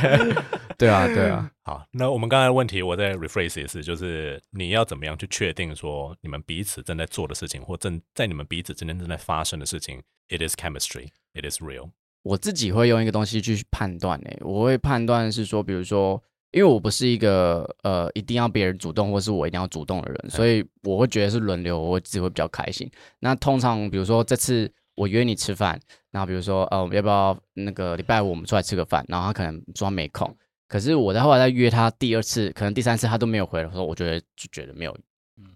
[SPEAKER 2] 对啊，对啊，
[SPEAKER 1] 好。那我们刚才的问题，我再 rephrase 一次，就是你要怎么样去确定说你们彼此正在做的事情，或正在你们彼此之间正在发生的事情，it is chemistry, it is real。
[SPEAKER 2] 我自己会用一个东西去判断诶、我会判断是说，比如说，因为我不是一个呃一定要别人主动，或是我一定要主动的人，所以我会觉得是轮流，我自己会比较开心。那通常比如说这次我约你吃饭，然后比如说呃我们要不要那个礼拜五我们出来吃个饭，然后他可能说他没空，可是我在后来再约他第二次，可能第三次他都没有回的时候，我觉得就觉得没有。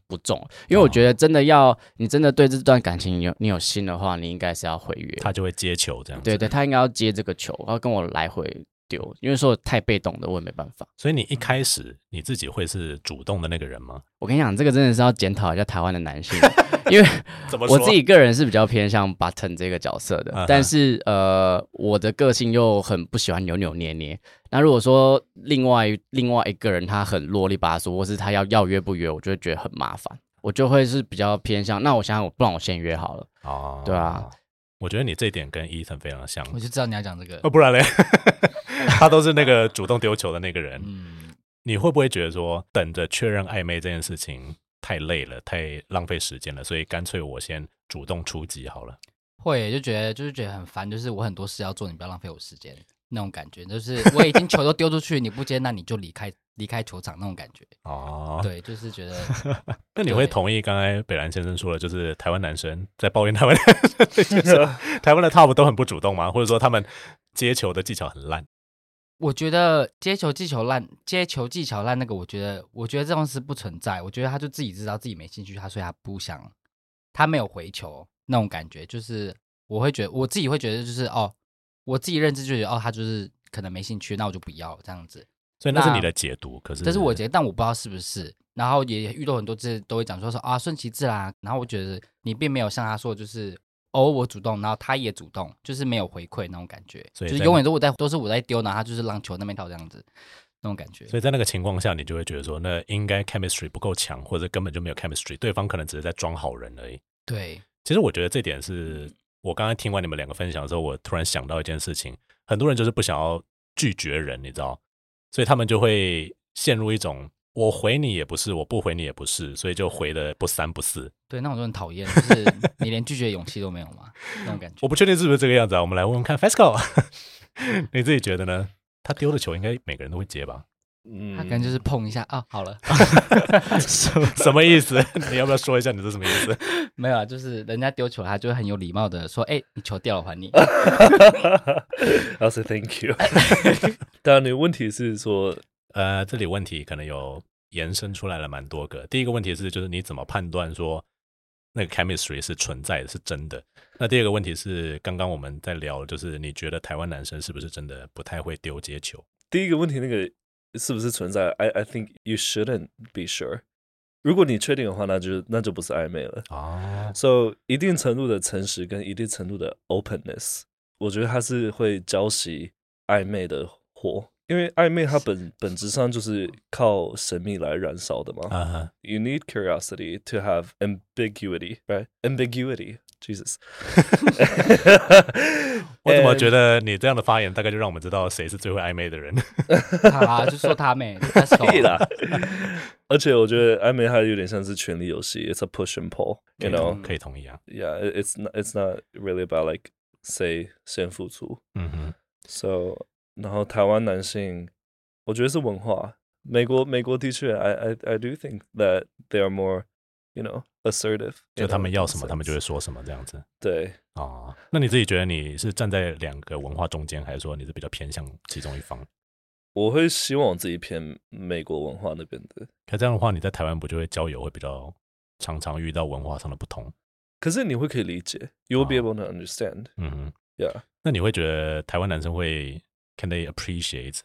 [SPEAKER 2] 不中，因为我觉得真的要你真的对这段感情有你有心的话，你应该是要回约。
[SPEAKER 1] 他就会接球这样子。
[SPEAKER 2] 对对，他应该要接这个球，然后跟我来回丢，因为说我太被动的，我也没办法。
[SPEAKER 1] 所以你一开始你自己会是主动的那个人吗？
[SPEAKER 2] 我跟你讲，这个真的是要检讨一下台湾的 男性，因为
[SPEAKER 1] 怎么
[SPEAKER 2] 我自己个人是比较偏向 button 这个角色
[SPEAKER 1] 嗯哼
[SPEAKER 2] 的，但是呃，我的个性又很不喜欢扭扭捏捏。那如果说另外另外一个人他很啰里吧嗦，或是他要要约不约，我就会觉得很麻烦，我就会是比较偏向，那我想想，我不然我先约好了。
[SPEAKER 1] 哦，
[SPEAKER 2] 对啊，
[SPEAKER 1] 我觉得你这一点跟 Ethan 非常像，
[SPEAKER 3] 我就知道你要讲这个
[SPEAKER 2] 哦
[SPEAKER 1] 呃，。不然嘞， 他都是那个主动丢球的那个人。
[SPEAKER 3] 嗯，
[SPEAKER 1] 你会不会觉得说，等着确认暧昧这件事情太累了，太浪费时间了，所以干脆我先主动出击好了？
[SPEAKER 3] 会就觉得就是觉得很烦，就是我很多事要做，你不要浪费我时间那种感觉，就是我已经球都丢出去，你不接，那你就离开离开球场那种感觉。
[SPEAKER 1] 哦，
[SPEAKER 3] 对，就是觉得
[SPEAKER 1] 那你会
[SPEAKER 3] 对
[SPEAKER 1] 同意刚才北兰先生说的，就是台湾男生在抱怨台湾男生这件事， 台湾的 top 都很不主动吗？或者说他们接球的技巧很烂？
[SPEAKER 3] 我觉得接球技巧烂，接球技巧烂那个，我觉得，我觉得这种事不存在。我觉得他就自己知道自己没兴趣，他所以他不想，他没有回球那种感觉，就是我会觉得我自己会觉得就是哦，我自己认知就觉得哦，他就是可能没兴趣，那我就不要这样子。
[SPEAKER 1] 所以那是
[SPEAKER 3] 那
[SPEAKER 1] 你的解读，可是
[SPEAKER 3] 这是我觉得，但我不知道是不是。然后也遇到很多次都会讲说说啊顺其自然，然后我觉得你并没有像他说的就是哦我主动，然后他也主动，就是没有回馈那种感觉，
[SPEAKER 1] 所
[SPEAKER 3] 就
[SPEAKER 1] 以
[SPEAKER 3] 是
[SPEAKER 1] 在
[SPEAKER 3] 永远都我在都是我在丢，然后他就是让球那边跳这样子那种感觉。
[SPEAKER 1] 所以在那个情况下，你就会觉得说，那应该 chemistry 不够强，或者根本就没有 chemistry，对方可能只是在装好人而已。
[SPEAKER 3] 对，
[SPEAKER 1] 其实我觉得这点是我刚才听完你们两个分享的时候，我突然想到一件事情，很多人就是不想要拒绝人，你知道，所以他们就会陷入一种我回你也不是，我不回你也不是，所以就回的不三不四。
[SPEAKER 3] 对，那种就很讨厌，就是你连拒绝的勇气都没有嘛，那 种感觉。
[SPEAKER 1] 我不确定是不是这个样子啊，我们来问问看 Fesco，你自己觉得呢？他丢的球应该每个人都会接吧？
[SPEAKER 4] 嗯
[SPEAKER 3] 他可能就是碰一下啊，好了，
[SPEAKER 1] 什么意思？ 你要不要说一下你是什么意思？
[SPEAKER 3] 没有啊，就是人家丢球，他就会很有礼貌的说，哎、你球掉了，我还你。
[SPEAKER 4] I'll say thank you 。 当然，你问题是说，
[SPEAKER 1] 呃，这里问题可能有延伸出来了蛮多个。第一个问题是，就是你怎么判断说那个 chemistry 是存在的，是真的？那第二个问题是，刚刚我们在聊，就是你觉得台湾男生是不是真的不太会丢接球？
[SPEAKER 4] 第一个问题，那个是不是存在？I I think you shouldn't be sure。如果你确定的话，那就那就不是暧昧了。
[SPEAKER 1] 哦，
[SPEAKER 4] So 一定程度的诚实跟一定程度的 openness，我觉得它是会浇熄暧昧的火，因为暧昧它本本质上就是靠神秘来燃烧的嘛。
[SPEAKER 1] 啊哈，
[SPEAKER 4] You need curiosity to have ambiguity, right? Ambiguity, Jesus.
[SPEAKER 1] 我怎么
[SPEAKER 4] And-
[SPEAKER 1] 觉得你这样的发言大概就让我们知道谁是最会暧昧的人？
[SPEAKER 3] 好啦，就说他妹，他手
[SPEAKER 4] 可以啦。而且我觉得暧昧它有点像是权力游戏，It's a push and pull，you
[SPEAKER 1] 可以同
[SPEAKER 4] know?
[SPEAKER 1] 可以同意啊。
[SPEAKER 4] Yeah, it- it's not it's not really about like 谁先付出。
[SPEAKER 1] 嗯哼，
[SPEAKER 4] So，然后台湾男性，我觉得是文化。美国美国的确，I I I do think that they are more, you know, assertive.
[SPEAKER 1] 就
[SPEAKER 4] in
[SPEAKER 1] 他们
[SPEAKER 4] a
[SPEAKER 1] 要什么，他们
[SPEAKER 4] sense
[SPEAKER 1] 就会说什么这样子。
[SPEAKER 4] 对。
[SPEAKER 1] 哦，那你自己觉得你是站在两个文化中间，还是说你是比较偏向其中一方？
[SPEAKER 4] 我会希望我自己偏美国文化那边的。
[SPEAKER 1] 可这样的话，你在台湾不就会交友会比较常常遇到文化上的不同？
[SPEAKER 4] 可是你会可以理解，you will be
[SPEAKER 1] 哦
[SPEAKER 4] able to understand.
[SPEAKER 1] 嗯哼，
[SPEAKER 4] Yeah，
[SPEAKER 1] 那你会觉得台湾男生会 can they appreciate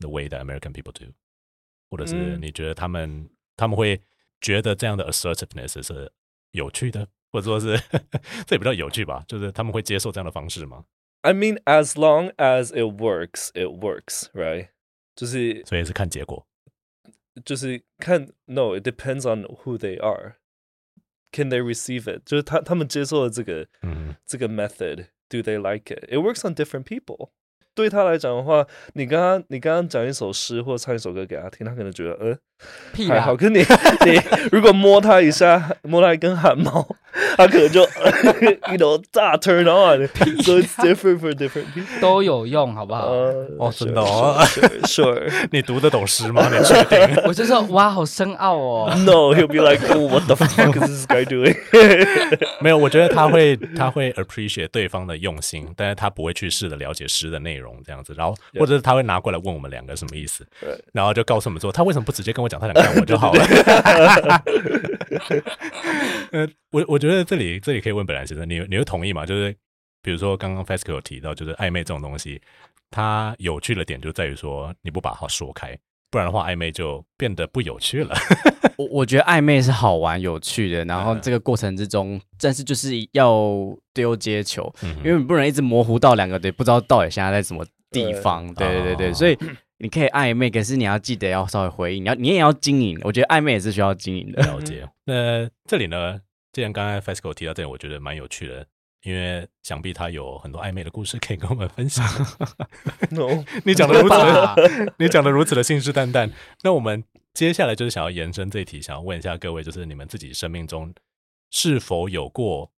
[SPEAKER 1] the way that American people do，或者是
[SPEAKER 4] 嗯
[SPEAKER 1] 你觉得他们、他们会觉得这样的 assertiveness 是有趣的，或者说是 这也不叫有趣吧？就是他们会接受这样的方式吗？
[SPEAKER 4] I mean as long as it works, it works, right? 就是
[SPEAKER 1] 所以是看结果。
[SPEAKER 4] 就是看，no, it depends on who they are. Can they receive it？就是他他们接受了这个
[SPEAKER 1] 嗯
[SPEAKER 4] 这个 method do they like it? It works on different people. 对他来讲的话，你刚刚你刚刚讲一首诗或唱一首歌给他听，他可能觉得呃
[SPEAKER 3] 屁
[SPEAKER 4] 还
[SPEAKER 3] 啦
[SPEAKER 4] 好，，跟你 你如果摸他一下，摸他一根汗毛，他可能就 you know 大 turn on. So it's different for different people.
[SPEAKER 3] 都有用，好不好？
[SPEAKER 4] 呃
[SPEAKER 1] 哦
[SPEAKER 4] sure,
[SPEAKER 1] 真的哦
[SPEAKER 4] sure, sure,
[SPEAKER 1] 哼，你读得懂诗吗？你确定？
[SPEAKER 3] 我就说哇，好深奥哦
[SPEAKER 4] sure.。No, he'll be like, oh, what the fuck is this guy doing?
[SPEAKER 1] 没有，我觉得他会他会 appreciate 对方的用心，但是他不会去试着了解诗的内容这样子，然后
[SPEAKER 4] Yeah.
[SPEAKER 1] 或者是他会拿过来问我们两个什么意思
[SPEAKER 4] Right.
[SPEAKER 1] 然后就告诉我们说他为什么不直接跟我讲，他想干我就好 了。 呃，我我觉得这里这里可以问本兰先生，你你会同意吗？就是比如说刚刚 Fesco 有提到，就是暧昧这种东西，它有趣的点就在于说你不把话说开，不然的话暧昧就变得不有趣了。
[SPEAKER 2] 我我觉得暧昧是好玩有趣的，然后这个过程之中，但是就是要丢接球，
[SPEAKER 4] 嗯
[SPEAKER 2] 因为你不能一直模糊到两个队不知道到底现在在什么地方。嗯对对对
[SPEAKER 1] 哦
[SPEAKER 2] 对，所以你可以暧昧，可是你要记得要稍微回应，你要你也要经营。我觉得暧昧也是需要经营的。
[SPEAKER 1] 了解。那这里呢，既然刚才 FESCO 提到这里，我觉得蛮有趣的。因为想必他有很多暧昧的故事可以跟我们分享。
[SPEAKER 4] No，
[SPEAKER 1] 你讲的如此
[SPEAKER 3] 吧
[SPEAKER 1] 的，你讲的如此的信誓旦旦。那我们接下来就是想要延伸这一题，想要问一下各位，就是你们自己生命中是否有过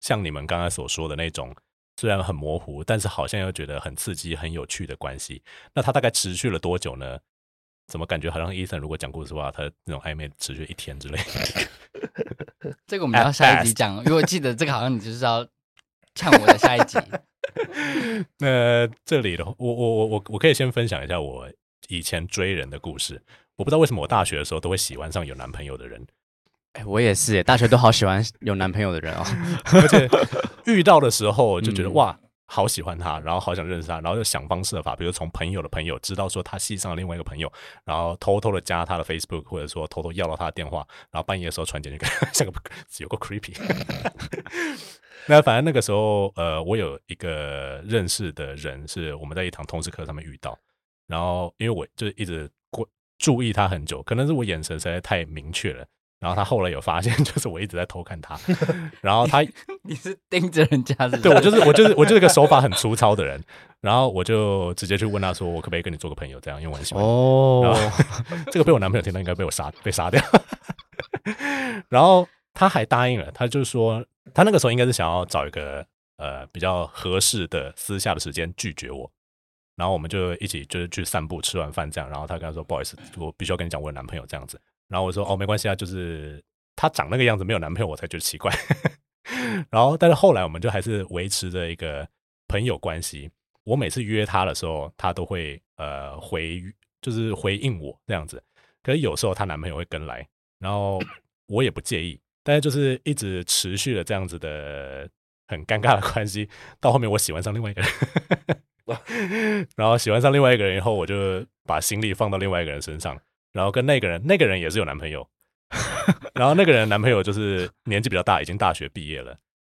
[SPEAKER 1] 像你们刚刚所说的那种，虽然很模糊，但是好像又觉得很刺激、很有趣的关系？那它大概持续了多久呢？怎么感觉好像 Ethan 如果讲故事的话，他那种暧昧持续一天之类的？
[SPEAKER 3] 这个我们要下一集讲，因为我记得这个好像你就是要呛我的下一 集。
[SPEAKER 1] 那这里的话我我我我我可以先分享一下我以前追人的故事。我不知道为什么我大学的时候都会喜欢上有男朋友的人，
[SPEAKER 2] 哎， 我也是耶，大学都好喜欢有男朋友的人哦。
[SPEAKER 1] 而且遇到的时候就觉得、
[SPEAKER 2] 嗯
[SPEAKER 1] 哇，好喜欢他，然后好想认识他，然后就想方设法，比如从朋友的朋友知道说他系上了另外一个朋友，然后偷偷的加他的 Facebook，或者说偷偷要到他的电话，然后半夜的时候传简讯给他，像个有个 creepy。那反正那个时候，呃，我有一个认识的人，是我们在一堂通识课上面遇到，然后因为我就一直过注意他很久，可能是我眼神实在太明确了。然后他后来有发现， 就是我一直在偷看他，然后他
[SPEAKER 3] 你是盯着人家是不是？
[SPEAKER 1] 对我就是我就是我就是个手法很粗糙的人，然后我就直接去问他说，我可不可以跟你做个朋友？这样，因为我很喜欢你。然后
[SPEAKER 2] 哦，
[SPEAKER 1] 啊 这个被我男朋友听到，应该被我杀被杀掉。 然后他还答应了，他就说他那个时候应该是想要找一个呃比较合适的私下的时间拒绝我。然后我们就一起就是去散步，吃完饭这样。然后他跟他说：“不好意思，我必须要跟你讲我有男朋友这样子。”然后我说：“哦，没关系啊，就是他长那个样子没有男朋友，我才觉得奇怪。” 然后但是后来我们就还是维持着一个朋友关系。我每次约他的时候，他都会呃回，就是回应我这样子。可是有时候她男朋友会跟来，然后我也不介意，但是就是一直持续了这样子的很尴尬的关系。到后面我喜欢上另外一个人，然后喜欢上另外一个人以后，我就把心力放到另外一个人身上，然后跟那个人，那个人也是有男朋友， 然后那个人男朋友就是年纪比较大，已经大学毕业了，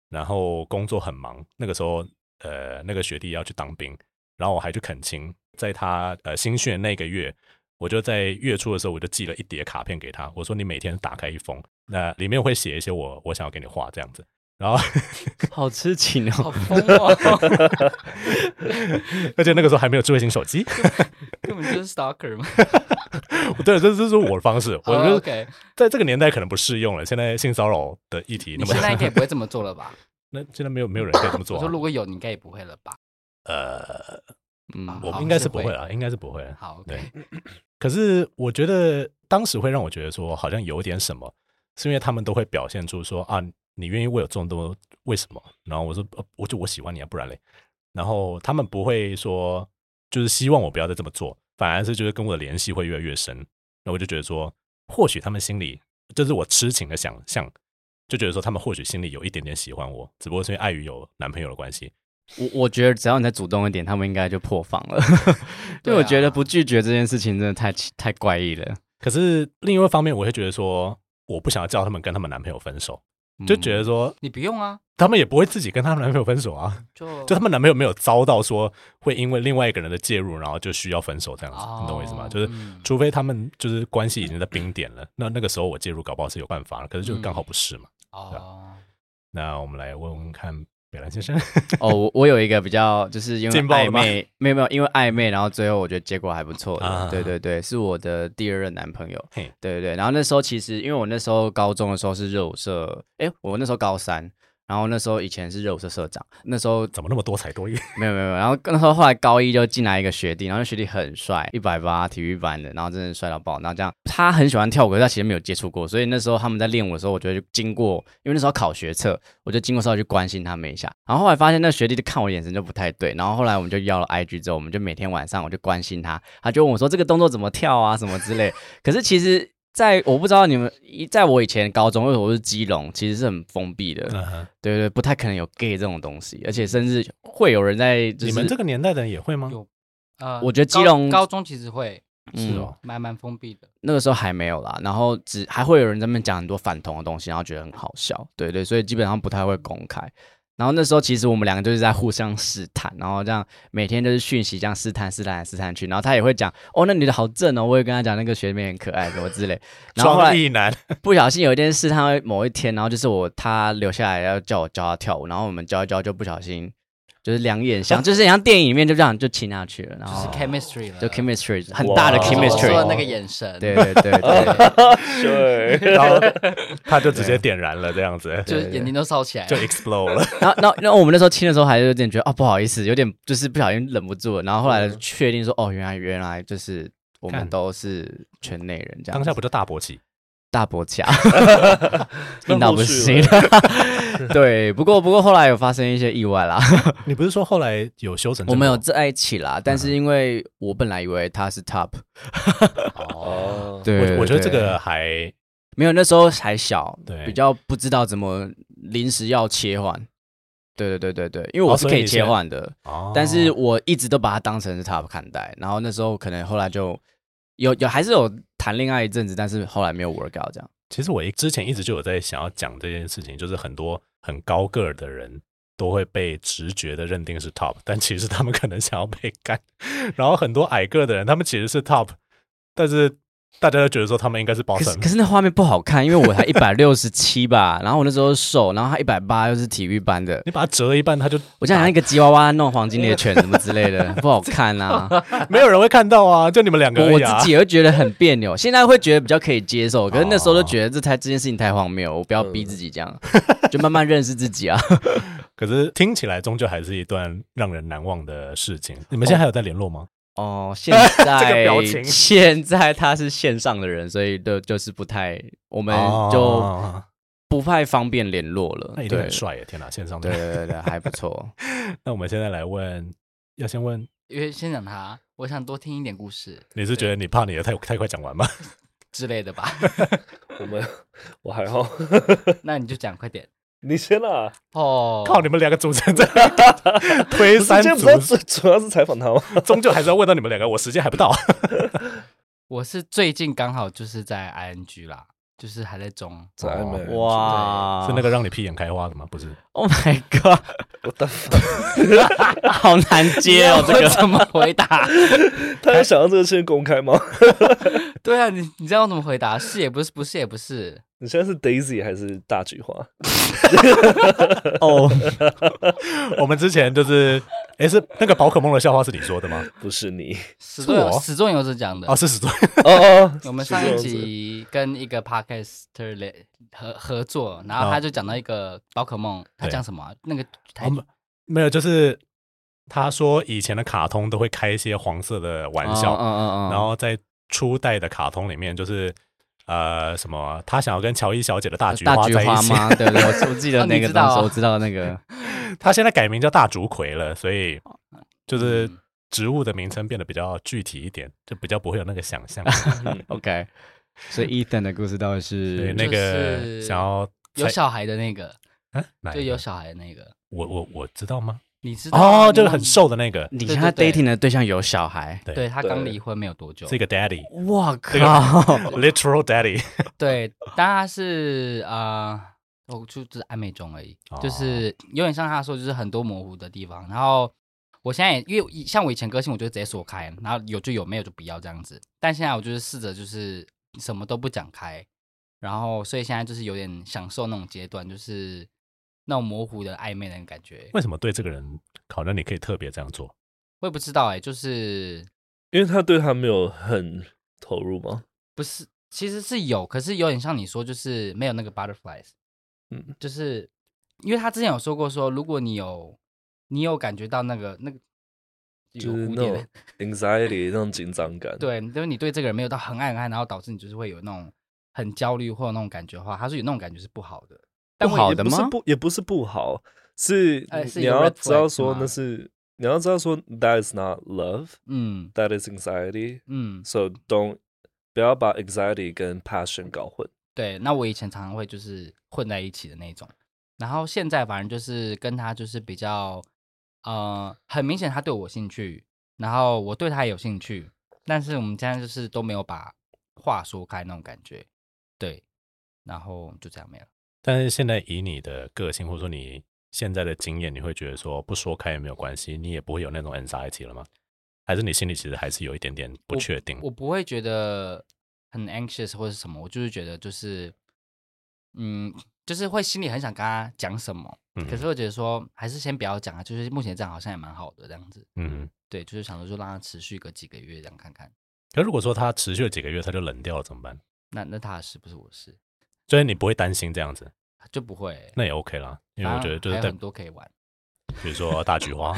[SPEAKER 1] 然后工作很忙，那个时候呃那个学弟要去当兵，然后我还去恳亲，在他呃新训那个月，我就在月初的时候，我就寄了一叠卡片给他，我说你每天打开一封，那里面会写一些我我想要给你画这样 子，然后
[SPEAKER 2] 好痴情
[SPEAKER 3] 好
[SPEAKER 2] 哦。
[SPEAKER 3] 疯哦，
[SPEAKER 1] 而且那个时候还没有智慧型手机，
[SPEAKER 3] 根本就是 stalker 嘛。
[SPEAKER 1] 对，这这是我的方式，我
[SPEAKER 3] 哦
[SPEAKER 1] 觉得
[SPEAKER 3] OK，
[SPEAKER 1] 在这个年代可能不适用了，现在性骚扰的议题
[SPEAKER 3] 你
[SPEAKER 1] 那
[SPEAKER 3] 现在应
[SPEAKER 1] 么。
[SPEAKER 3] 该也不会这么做 了吧？
[SPEAKER 1] 那现在没有没有人可以这么做
[SPEAKER 3] 我
[SPEAKER 1] 啊、
[SPEAKER 3] 说如果有，你应该也不会了吧？
[SPEAKER 1] 呃，
[SPEAKER 2] 嗯，
[SPEAKER 1] 我
[SPEAKER 3] 好
[SPEAKER 1] 应该是
[SPEAKER 3] 是
[SPEAKER 1] 不
[SPEAKER 3] 会
[SPEAKER 1] 会了，应该是不会了。
[SPEAKER 3] 好
[SPEAKER 1] 对
[SPEAKER 3] ，OK，
[SPEAKER 1] 可是我觉得当时会让我觉得说，好像有点什么，是因为他们都会表现出说啊，你愿意为我这么多，为什么？然后我说，呃我就我喜欢你啊，不然嘞。然后他们不会说，就是希望我不要再这么做，反而是就是跟我的联系会越来越深。那我就觉得说，或许他们心里，这是我痴情的想象，就觉得说他们或许心里有一点点喜欢我，只不过是因为碍于有男朋友的关系，
[SPEAKER 2] 我我觉得只要你再主动一点，他们应该就破防了。 因
[SPEAKER 3] 对
[SPEAKER 2] 为我
[SPEAKER 3] 啊
[SPEAKER 2] 觉得不拒绝这件事情真的太奇太怪异了，
[SPEAKER 1] 可是另外一方面，我会觉得说，我不想要叫他们跟他们男朋友分手，
[SPEAKER 2] 嗯
[SPEAKER 1] 就觉得说，
[SPEAKER 3] 你不用啊，
[SPEAKER 1] 他们也不会自己跟他们男朋友分手啊，
[SPEAKER 3] 就
[SPEAKER 2] 哦
[SPEAKER 1] 就他们男朋友没有遭到说会因为另外一个人的介入，然后就需要分手这样子，
[SPEAKER 3] 哦
[SPEAKER 1] 你懂我意思吗？就是
[SPEAKER 3] 嗯
[SPEAKER 1] 除非他们就是关系已经在冰点了，那那个时候我介入搞不好是有办法了，可是
[SPEAKER 2] 嗯
[SPEAKER 1] 就刚好不是嘛。啊
[SPEAKER 3] 哦，
[SPEAKER 1] 那我们来问问看北兰先生，
[SPEAKER 2] 哦，我我有一个比较就是因为
[SPEAKER 1] 劲爆了
[SPEAKER 2] 暧
[SPEAKER 1] 吗
[SPEAKER 2] 昧，没有没有，因为暧昧，然后最后我觉得结果还不错的，
[SPEAKER 1] 啊
[SPEAKER 2] 对对对，是我的第二任男朋友，
[SPEAKER 1] 嘿
[SPEAKER 2] 对对对，然后那时候其实因为我那时候高中的时候是热舞社，哎，我那时候高三。然后那时候以前是热舞社社长，那时候
[SPEAKER 1] 怎么那么多才 多艺？
[SPEAKER 2] 没有没有，没有然后那时候后来高一就进来一个学弟，然后那学弟很帅，一百八体育班的，然后真的帅到爆。然后这样，他很喜欢跳舞，可是他其实没有接触过，所以那时候他们在练舞的时候，我就会经过，因为那时候考学测，我就经过稍微去关心他们一下。然后后来发现那学弟就看我眼神就不太对，然后后来我们就要了 IG 之后，我们就每天晚上我就关心他，他就问我说这个动作怎么跳啊什么之类。可是其实。在我不知道你们，一在我以前高中，因为我是基隆，其实是很封闭的，
[SPEAKER 1] 嗯哼
[SPEAKER 2] 对对，不太可能有 gay 这种东西，而且甚至会有人在、就是，
[SPEAKER 1] 你们这个年代的人也会吗？
[SPEAKER 3] 有呃
[SPEAKER 2] 我觉得基
[SPEAKER 3] 高
[SPEAKER 2] 隆
[SPEAKER 3] 高中其实会
[SPEAKER 2] 嗯
[SPEAKER 1] 是哦
[SPEAKER 3] 蛮蛮封闭的，
[SPEAKER 2] 那个时候还没有啦，然后只还会有人在那边讲很多反同的东西，然后觉得很好笑，对对，所以基本上不太会公开。然后那时候其实我们两个就是在互相试探，然后这样每天就是讯息这样试探试探来试探去，然后他也会讲哦那女的好正哦，我也跟他讲那个学妹很可爱什么之类，然后后来
[SPEAKER 1] 双翼男，
[SPEAKER 2] 不小心有一件事，他会某一天，然后就是我他留下来要叫我教他跳舞，然后我们教一教就不小心就是两眼相，就是像电影里面就这样就亲下去了，然
[SPEAKER 3] 就是
[SPEAKER 1] 哦
[SPEAKER 2] 后
[SPEAKER 3] chemistry 了，
[SPEAKER 2] 就 chemistry 很大的
[SPEAKER 4] 哇
[SPEAKER 3] 就是我
[SPEAKER 2] chemistry，
[SPEAKER 3] 说的 那个眼神，
[SPEAKER 2] 对对对对，
[SPEAKER 4] 对，
[SPEAKER 1] 然后 他就直接点燃了这样子，
[SPEAKER 3] 就
[SPEAKER 1] 就是
[SPEAKER 3] 眼睛都烧起来
[SPEAKER 1] 就
[SPEAKER 3] 了。
[SPEAKER 1] explode 了。
[SPEAKER 2] 然后然后然后我们那时候亲的时候还有点觉得哦不好意思，有点就是不小心忍不住了，然后后来确定说哦原来原来就是我们
[SPEAKER 1] 看
[SPEAKER 2] 都是圈内人这样
[SPEAKER 1] 当
[SPEAKER 2] 子，
[SPEAKER 1] 下不就大勃起？
[SPEAKER 2] 大伯甲。
[SPEAKER 4] 那
[SPEAKER 2] 硬到
[SPEAKER 4] 后
[SPEAKER 2] 不
[SPEAKER 4] 续
[SPEAKER 2] 行
[SPEAKER 4] 嘞，
[SPEAKER 2] 对，不过不过后来有发生一些意外啦，
[SPEAKER 1] 你不是说后来有修成？
[SPEAKER 2] 我们有在一起啦，但是因为我本来以为他是 top，
[SPEAKER 1] 哦。
[SPEAKER 4] 哦，
[SPEAKER 2] 对
[SPEAKER 1] 我我觉得这
[SPEAKER 2] 对
[SPEAKER 1] 个还
[SPEAKER 2] 没有，那时候还小，
[SPEAKER 1] 对
[SPEAKER 2] 比较不知道怎么临时要切换。对对对对对，因为我
[SPEAKER 1] 哦
[SPEAKER 2] 是
[SPEAKER 1] 所以
[SPEAKER 2] 可以
[SPEAKER 1] 你
[SPEAKER 2] 切
[SPEAKER 1] 现在
[SPEAKER 2] 换的，
[SPEAKER 1] 哦
[SPEAKER 2] 但是我一直都把它当成是 top 看待。然后那时候可能后来就有有还是有谈恋爱一阵子，但是后来没有 work out 这样。
[SPEAKER 1] 其实我一之前一直就有在想要讲这件事情，就是很多很高个儿的人都会被直觉的认定是 top，但其实他们可能想要被干。 然后很多矮个儿的人，他们其实是 top，但是大家都觉得说他们应该是
[SPEAKER 2] 可是
[SPEAKER 1] bottom
[SPEAKER 2] 可。是那画面不好看，因为我才一百六十七吧，然后我那时候瘦，然后他一百八又是体育班的，
[SPEAKER 1] 你把它折一半，他就
[SPEAKER 2] 我就想像一个吉娃娃弄黄金猎犬什么之类的，不好看啊。
[SPEAKER 1] 没有人会看到啊，就你们两个
[SPEAKER 2] 我
[SPEAKER 1] 而
[SPEAKER 2] 我
[SPEAKER 1] 已啊。
[SPEAKER 2] 自己也会觉得很别扭，现在会觉得比较可以接受，可是那时候
[SPEAKER 1] 哦
[SPEAKER 2] 都觉得这太这件事情太荒谬，我不要
[SPEAKER 1] 嗯
[SPEAKER 2] 逼自己这样，就慢慢认识自己啊。
[SPEAKER 1] 可是听起来终究还是一段让人难忘的事情。你们现在还有在联络吗？
[SPEAKER 2] 哦，现
[SPEAKER 1] 这个
[SPEAKER 2] 在
[SPEAKER 1] 表情
[SPEAKER 2] 现在他是线上的人，所以就就是不太，我们就
[SPEAKER 1] 哦
[SPEAKER 2] 不太方便联络了。
[SPEAKER 1] 那一定
[SPEAKER 2] 对
[SPEAKER 1] 很，帅耶！天哪，线上
[SPEAKER 2] 对
[SPEAKER 1] 的。
[SPEAKER 2] 对对对，还不 错。
[SPEAKER 1] 那我们现在来问，要先问
[SPEAKER 3] 因为先讲他，我想多听一点故事
[SPEAKER 1] 你是觉得你怕你的太太快讲完吗？
[SPEAKER 3] 之类的 吧。
[SPEAKER 4] 我们 我还好，
[SPEAKER 3] 那你就讲快点
[SPEAKER 4] 你先啦。
[SPEAKER 3] 哦。
[SPEAKER 1] 靠，你们两个主持人在推
[SPEAKER 4] 不是
[SPEAKER 1] 三，
[SPEAKER 4] 今天
[SPEAKER 1] 阻
[SPEAKER 4] 不是主主要是采访他吗？
[SPEAKER 1] 终究还是要问到你们两个，我时间还不到。
[SPEAKER 3] 我是最近刚好就是在 ING 啦，就是还在中。
[SPEAKER 4] 在
[SPEAKER 1] 哦
[SPEAKER 4] 暧昧
[SPEAKER 2] 哇，
[SPEAKER 1] 是那个让你屁眼开花的吗？不是，
[SPEAKER 2] ，Oh my God，
[SPEAKER 4] 我的 fuck，
[SPEAKER 2] 好难接哦，这
[SPEAKER 3] 我
[SPEAKER 2] 个
[SPEAKER 3] 怎么 回答？
[SPEAKER 4] 他要想到这个现在公开吗？
[SPEAKER 3] 对啊，你你知道我怎么回答？是也不是，不是也不是。
[SPEAKER 4] 你现在是 Daisy 还是大菊花？
[SPEAKER 2] 哦，
[SPEAKER 1] 我们之前就是，哎，是那个宝可梦的笑话是你说的吗？
[SPEAKER 4] 不是你
[SPEAKER 3] 始
[SPEAKER 1] 是我
[SPEAKER 3] 终始终有者讲的
[SPEAKER 1] 哦，。是史多，
[SPEAKER 4] 哦哦，
[SPEAKER 3] 我们上一
[SPEAKER 4] 是这样子
[SPEAKER 3] 集跟一个 podcaster 联合合作，然后他就讲到一个宝可梦，他
[SPEAKER 1] 哦对
[SPEAKER 3] 讲什么啊、那个台
[SPEAKER 1] 我们 没有，就是他说以前的卡通都会开一些黄色的玩笑，
[SPEAKER 2] 嗯嗯
[SPEAKER 1] 然后在初代的卡通里面，就是呃什么，他想要跟乔伊小姐的大菊
[SPEAKER 2] 大
[SPEAKER 1] 花
[SPEAKER 2] 菊
[SPEAKER 1] 在一
[SPEAKER 2] 花
[SPEAKER 1] 起，
[SPEAKER 2] 吗？对对，我我记 得
[SPEAKER 3] 哦你
[SPEAKER 2] 那个
[SPEAKER 3] 知道
[SPEAKER 2] 当时
[SPEAKER 3] 啊
[SPEAKER 2] 我知道那个。
[SPEAKER 1] 他现在改名叫大竹葵了，所以就是
[SPEAKER 3] 哦嗯
[SPEAKER 1] 植物的名称变得比较具体一点，就比较不会有那个想 象。
[SPEAKER 2] OK，所以 Ethan 的故事到底
[SPEAKER 1] 对，
[SPEAKER 2] 是
[SPEAKER 1] 那
[SPEAKER 3] 就
[SPEAKER 1] 个
[SPEAKER 3] 是
[SPEAKER 1] 想要
[SPEAKER 3] 有
[SPEAKER 1] 猜
[SPEAKER 3] 小孩的那个，
[SPEAKER 1] 啊，哪
[SPEAKER 3] 就
[SPEAKER 1] 一
[SPEAKER 3] 有
[SPEAKER 1] 个
[SPEAKER 3] 小孩的那个，
[SPEAKER 1] 我我我知道吗？
[SPEAKER 3] 你知道啊
[SPEAKER 1] 哦，就是很。
[SPEAKER 3] 你忘记
[SPEAKER 1] 瘦的那个，
[SPEAKER 2] 你
[SPEAKER 3] 对
[SPEAKER 2] 现在
[SPEAKER 3] 对对
[SPEAKER 2] dating 的对象有小孩，
[SPEAKER 1] 对
[SPEAKER 3] 对他
[SPEAKER 4] 对
[SPEAKER 3] 刚离婚没有多久
[SPEAKER 1] 是，一个 daddy，literal
[SPEAKER 2] 我
[SPEAKER 1] 这个
[SPEAKER 2] 靠！
[SPEAKER 3] 哦
[SPEAKER 1] daddy，
[SPEAKER 3] 对，但他是啊，呃我就只是暧昧中而已，
[SPEAKER 1] 哦
[SPEAKER 3] 就是有点像他说，就是很多模糊的地方。然后我现在也因为以像我以前个性，我就直接锁开，然后有就有，没有就不要这样子。但现在我就是试着就是什么都不讲开，然后所以现在就是有点享受那种阶段，就是那种模糊的暧昧的感觉。
[SPEAKER 1] 为什么对这个人好像你可以特别这样做？
[SPEAKER 3] 我也不知道哎、就是
[SPEAKER 4] 因为他对他没有很投入吗？
[SPEAKER 3] 不是，其实是有，可是有点像你说，就是没有那个 butterflies，
[SPEAKER 4] 嗯，
[SPEAKER 3] 就是因为他之前有说过说，如果你有你有感觉到那个那个有
[SPEAKER 4] 就是
[SPEAKER 3] 蝴蝶
[SPEAKER 4] 那种
[SPEAKER 3] 的，
[SPEAKER 4] anxiety 那种紧张感。，
[SPEAKER 3] 对，就是你对这个人没有到很爱很爱，然后导致你就是会有那种很焦虑或者那种感觉的话，他说有那种感觉是不好的。
[SPEAKER 2] 不
[SPEAKER 4] 但
[SPEAKER 2] 好
[SPEAKER 4] 也
[SPEAKER 2] 的
[SPEAKER 4] 不是
[SPEAKER 2] 吗？
[SPEAKER 4] 不也不是不好，是
[SPEAKER 3] 呃是
[SPEAKER 4] 你
[SPEAKER 3] 一个
[SPEAKER 4] 要
[SPEAKER 3] red
[SPEAKER 4] 知道
[SPEAKER 3] flag
[SPEAKER 4] 说
[SPEAKER 3] 吗
[SPEAKER 4] 那是你要知道说 that is not love,
[SPEAKER 3] 嗯
[SPEAKER 4] that is anxiety,
[SPEAKER 3] 嗯，
[SPEAKER 4] so don't 不要把 anxiety 跟 passion 搞混。
[SPEAKER 3] 对，那我以前常常会就是混在一起的那种，然后现在反正就是跟他就是比较，呃，很明显他对我有兴趣，然后我对他也有兴趣，但是我们现在就是都没有把话说开那种感觉，对，然后就这样没了。
[SPEAKER 1] 但是现在以你的个性，或者说你现在的经验，你会觉得说不说开也没有关系，你也不会有那种 anxiety 了吗？还是你心里其实还是有一点点不确定？
[SPEAKER 3] 我不会觉得很 anxious 或者是什么，我就是觉得就是，嗯，就是会心里很想跟他讲什么，
[SPEAKER 1] 嗯
[SPEAKER 3] 可是会觉得说还是先不要讲啊，就是目前这样好像也蛮好的这样子，
[SPEAKER 1] 嗯，
[SPEAKER 3] 对，就是想说就让他持续个几个月这样看看，
[SPEAKER 1] 可如果说它持续了几个月，它就冷掉了怎么办？
[SPEAKER 3] 那那他的事不是我的事，
[SPEAKER 1] 所以你不会担心这样子，
[SPEAKER 3] 就不会欸、
[SPEAKER 1] 那也 OK 啦，因为我觉
[SPEAKER 4] 啊
[SPEAKER 1] 得就是
[SPEAKER 3] 还有
[SPEAKER 1] 在
[SPEAKER 3] 很多可以玩，
[SPEAKER 1] 比如说大菊花，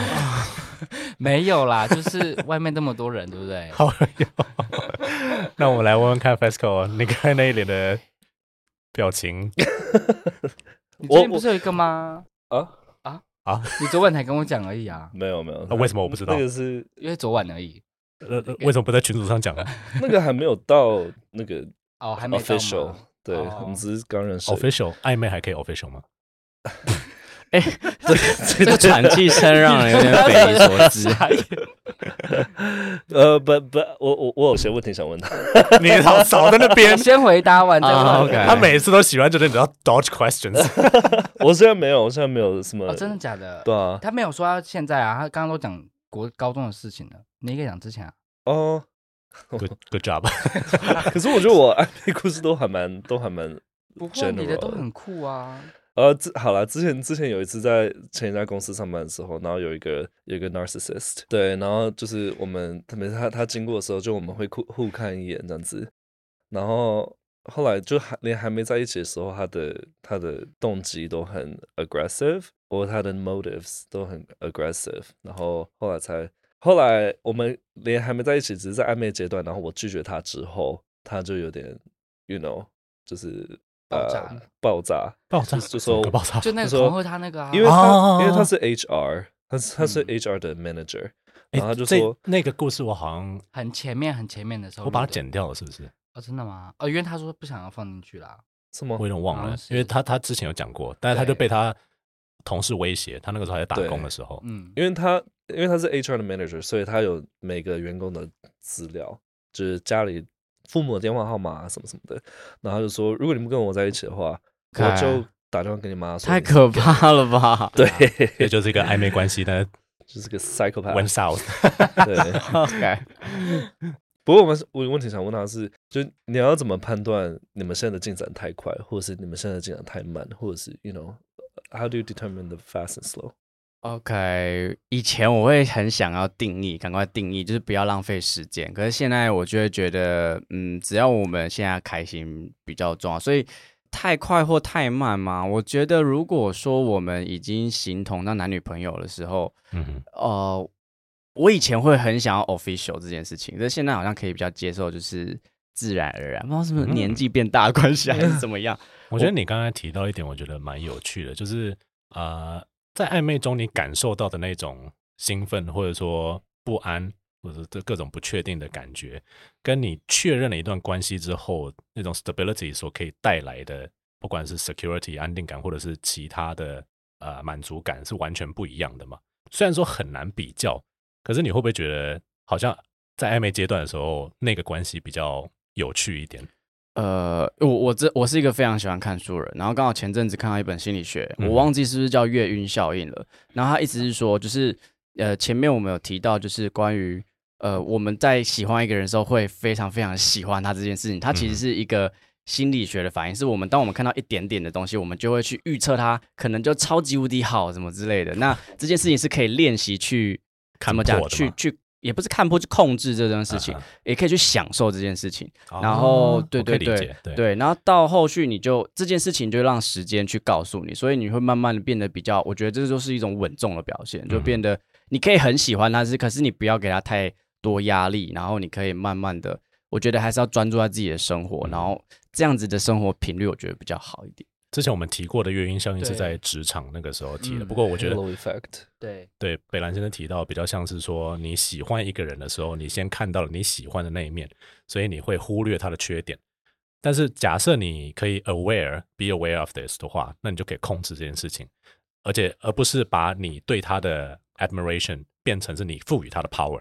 [SPEAKER 3] 没有啦，就是外面那么多人，对不对？
[SPEAKER 1] 好有。那我们来问问看 FESCO，你看那一脸的表情
[SPEAKER 3] 你最近
[SPEAKER 4] 我
[SPEAKER 3] 不是有一个吗？
[SPEAKER 4] 啊，
[SPEAKER 3] 你昨晚才跟我讲而已啊，
[SPEAKER 4] 没有没有，
[SPEAKER 1] 啊为什么我不知道
[SPEAKER 4] 那个是
[SPEAKER 3] 因为昨晚而已。
[SPEAKER 1] 呃，呃为什么不在群组上讲啊
[SPEAKER 4] 那个还没有到那个
[SPEAKER 3] 哦， 还没到吗
[SPEAKER 4] official，对，
[SPEAKER 3] 哦
[SPEAKER 4] 我们 只是刚认识。
[SPEAKER 1] ？official 哦暧昧还可以 official 吗？
[SPEAKER 4] 对
[SPEAKER 2] 这个喘气声让人有点匪夷所思。
[SPEAKER 4] 呃，不不，我我我有些问题想问他。
[SPEAKER 1] 你老少在那 边
[SPEAKER 3] 我，先回答完再问。
[SPEAKER 2] 啊，OK
[SPEAKER 1] 他每次都喜欢就是你知道 dodge questions，
[SPEAKER 4] 我现在没有，我现在没有什么。
[SPEAKER 3] 哦，真的假的？
[SPEAKER 4] 对啊，
[SPEAKER 3] 他没有说他现在啊，他刚刚都讲国高中的事情了。你应该讲之前啊，
[SPEAKER 4] 哦，
[SPEAKER 1] good good job。
[SPEAKER 4] 可是我觉得我暧昧故事都还蛮都还蛮
[SPEAKER 3] 不会啊你的
[SPEAKER 4] general
[SPEAKER 3] 都很酷啊。
[SPEAKER 4] 呃，之好啦，之前之前有一次在前一家公司上班的时候，然后有一个有一个 narcissist，对，然后就是我们特别是他他经过的时候，就我们会互互看一眼这样子，然后后来就还连还没在一起的时候，他的他的动机都很 aggressive，或他的 motives 都很 aggressive，然后后来才后来我们连还没在一起，只是在暧昧阶段，然后我拒绝他之后，他就有点 you know 就是。
[SPEAKER 3] 爆炸
[SPEAKER 4] 呃
[SPEAKER 3] 了
[SPEAKER 4] 爆炸，
[SPEAKER 1] 爆炸
[SPEAKER 4] 就是就说
[SPEAKER 1] 什么个爆炸，
[SPEAKER 3] 就那个
[SPEAKER 4] 就说
[SPEAKER 3] 恐吓他那个啊，
[SPEAKER 4] 因为他
[SPEAKER 1] 哦
[SPEAKER 4] 因为他是 HR，他是他是
[SPEAKER 3] 嗯
[SPEAKER 4] HR 的 manager，
[SPEAKER 1] 诶
[SPEAKER 4] 然后他就
[SPEAKER 1] 哎这
[SPEAKER 4] 说
[SPEAKER 1] 那个故事我好像
[SPEAKER 3] 很前面很前面的时候，
[SPEAKER 1] 我把它。剪掉了，是不是？
[SPEAKER 3] 哦，真的吗？哦，因为他说不想要放进去啦。
[SPEAKER 4] 什
[SPEAKER 1] 我有
[SPEAKER 4] 么？
[SPEAKER 1] 点忘
[SPEAKER 3] 好
[SPEAKER 1] 了
[SPEAKER 3] 像，哦啊是
[SPEAKER 1] 因为他他之前有讲过，但是他就被
[SPEAKER 3] 对
[SPEAKER 1] 他同事威胁，他那个时候还在打
[SPEAKER 4] 对
[SPEAKER 1] 工的时候，
[SPEAKER 3] 嗯，
[SPEAKER 4] 因为他因为他是 HR 的 manager，所以他有每个员工的资料，就是家里父母的电话号码啊什么什么的。然后他就说，如果你不跟我在一起的话，我
[SPEAKER 2] 看
[SPEAKER 4] 就打电话给你妈说
[SPEAKER 2] 太
[SPEAKER 4] 你
[SPEAKER 2] 可怕了吧！
[SPEAKER 4] 对，
[SPEAKER 1] 这就是一个暧昧关 系，但是
[SPEAKER 4] 就是个 psychopath
[SPEAKER 1] went。south。
[SPEAKER 4] 对，
[SPEAKER 2] ，OK，
[SPEAKER 4] 不过我们我有问题想问他是，就你要怎么判断你们现在的进展太快，或者是你们现在的进展太慢，或者是 you know how do you determine the fast and slow？
[SPEAKER 2] OK，以前我会很想要定义，赶快定义，就是不要浪费时间。可是现在我就会觉得，嗯，只要我们现在开心比较重要，所以太快或太慢嘛，我觉得如果说我们已经形同那男女朋友的时候，
[SPEAKER 1] 嗯哼，
[SPEAKER 2] 呃，我以前会很想要 official 这件事情，但现在好像可以比较接受，就是自然而然。不知道是不是
[SPEAKER 1] 嗯
[SPEAKER 2] 年纪变大的关系，还是怎么样？
[SPEAKER 1] 我觉得你刚才提到一点，我觉得蛮有趣的，就是呃，在暧昧中你感受到的那种兴奋，或者说不安，或者这各种不确定的感觉，跟你确认了一段关系之后那种 stability 所可以带来的，不管是 security 安定感，或者是其他的呃满足感，是完全不一样的嘛。虽然说很难比较，可是你会不会觉得好像在暧昧阶段的时候，那个关系比较有趣一点？
[SPEAKER 2] 呃，我我这我是一个非常喜欢看书的人，然后刚好前阵子看到一本心理学，
[SPEAKER 1] 嗯
[SPEAKER 2] 我忘记是不是叫月晕效应了。然后他意思是说，就是呃前面我们有提到，就是关于呃我们在喜欢一个人的时候会非常非常喜欢他这件事情，它
[SPEAKER 1] 嗯
[SPEAKER 2] 其实是一个心理学的反应，是我们当我们看到一点点的东西，我们就会去预测它可能就超级无敌好什么之类的。那这件事情是可以练习去
[SPEAKER 1] 看
[SPEAKER 2] 怎么讲
[SPEAKER 1] 破，的
[SPEAKER 2] 去
[SPEAKER 1] 吗
[SPEAKER 2] 去也不是看破，去控制这件事情，
[SPEAKER 1] 啊
[SPEAKER 2] 也可以去享受这件事情。
[SPEAKER 1] 哈
[SPEAKER 2] 然后
[SPEAKER 1] 哦
[SPEAKER 2] 对
[SPEAKER 1] 我可以
[SPEAKER 2] 对
[SPEAKER 1] 理解对
[SPEAKER 2] 对，然后到后续你就这件事情就让时间去告诉你，所以你会慢慢的变得比较，我觉得这就是一种稳重的表现，就
[SPEAKER 1] 嗯
[SPEAKER 2] 变得你可以很喜欢他，是可是你不要给他太多压力，然后你可以慢慢的，我觉得还是要专注在自己的生活，
[SPEAKER 1] 嗯
[SPEAKER 2] 然后这样子的生活频率我觉得比较好一点。
[SPEAKER 1] 之前我们提过的月晕效应是
[SPEAKER 3] 对
[SPEAKER 1] 在职场那个时候提的，
[SPEAKER 3] 嗯
[SPEAKER 1] 不过我觉得
[SPEAKER 4] halo effect。
[SPEAKER 3] 对，
[SPEAKER 1] 对北兰先生提到比较像是说，你喜欢一个人的时候，你先看到了你喜欢的那一面，所以你会忽略他的缺点。但是假设你可以 aware be aware of this 的话，那你就可以控制这件事情，而且而不是把你对他的 admiration 变成是你赋予他的 power。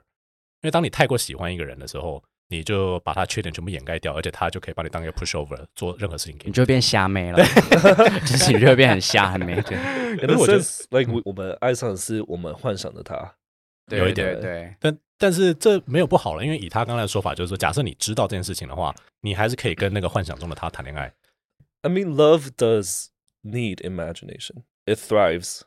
[SPEAKER 1] 因为当你太过喜欢一个人的时候，你就把他缺点全部掩盖掉，而且他就可以把你当一个 pushover，做任何事情给
[SPEAKER 2] 你
[SPEAKER 1] 你。
[SPEAKER 2] 就会变瞎妹 了，就是你就会变很瞎很妹，对，
[SPEAKER 1] 可是我觉得嗯
[SPEAKER 4] like 我我们爱上的是我们幻想的他，
[SPEAKER 2] 对
[SPEAKER 1] 有一
[SPEAKER 2] 对
[SPEAKER 4] 点
[SPEAKER 2] 对，
[SPEAKER 1] 但但是这没有不好了，因为以他刚才的说法，就是说，假设你知道这件事情的话，你还是可以跟那个幻想中的他谈恋爱。
[SPEAKER 4] I mean, love does need imagination. It thrives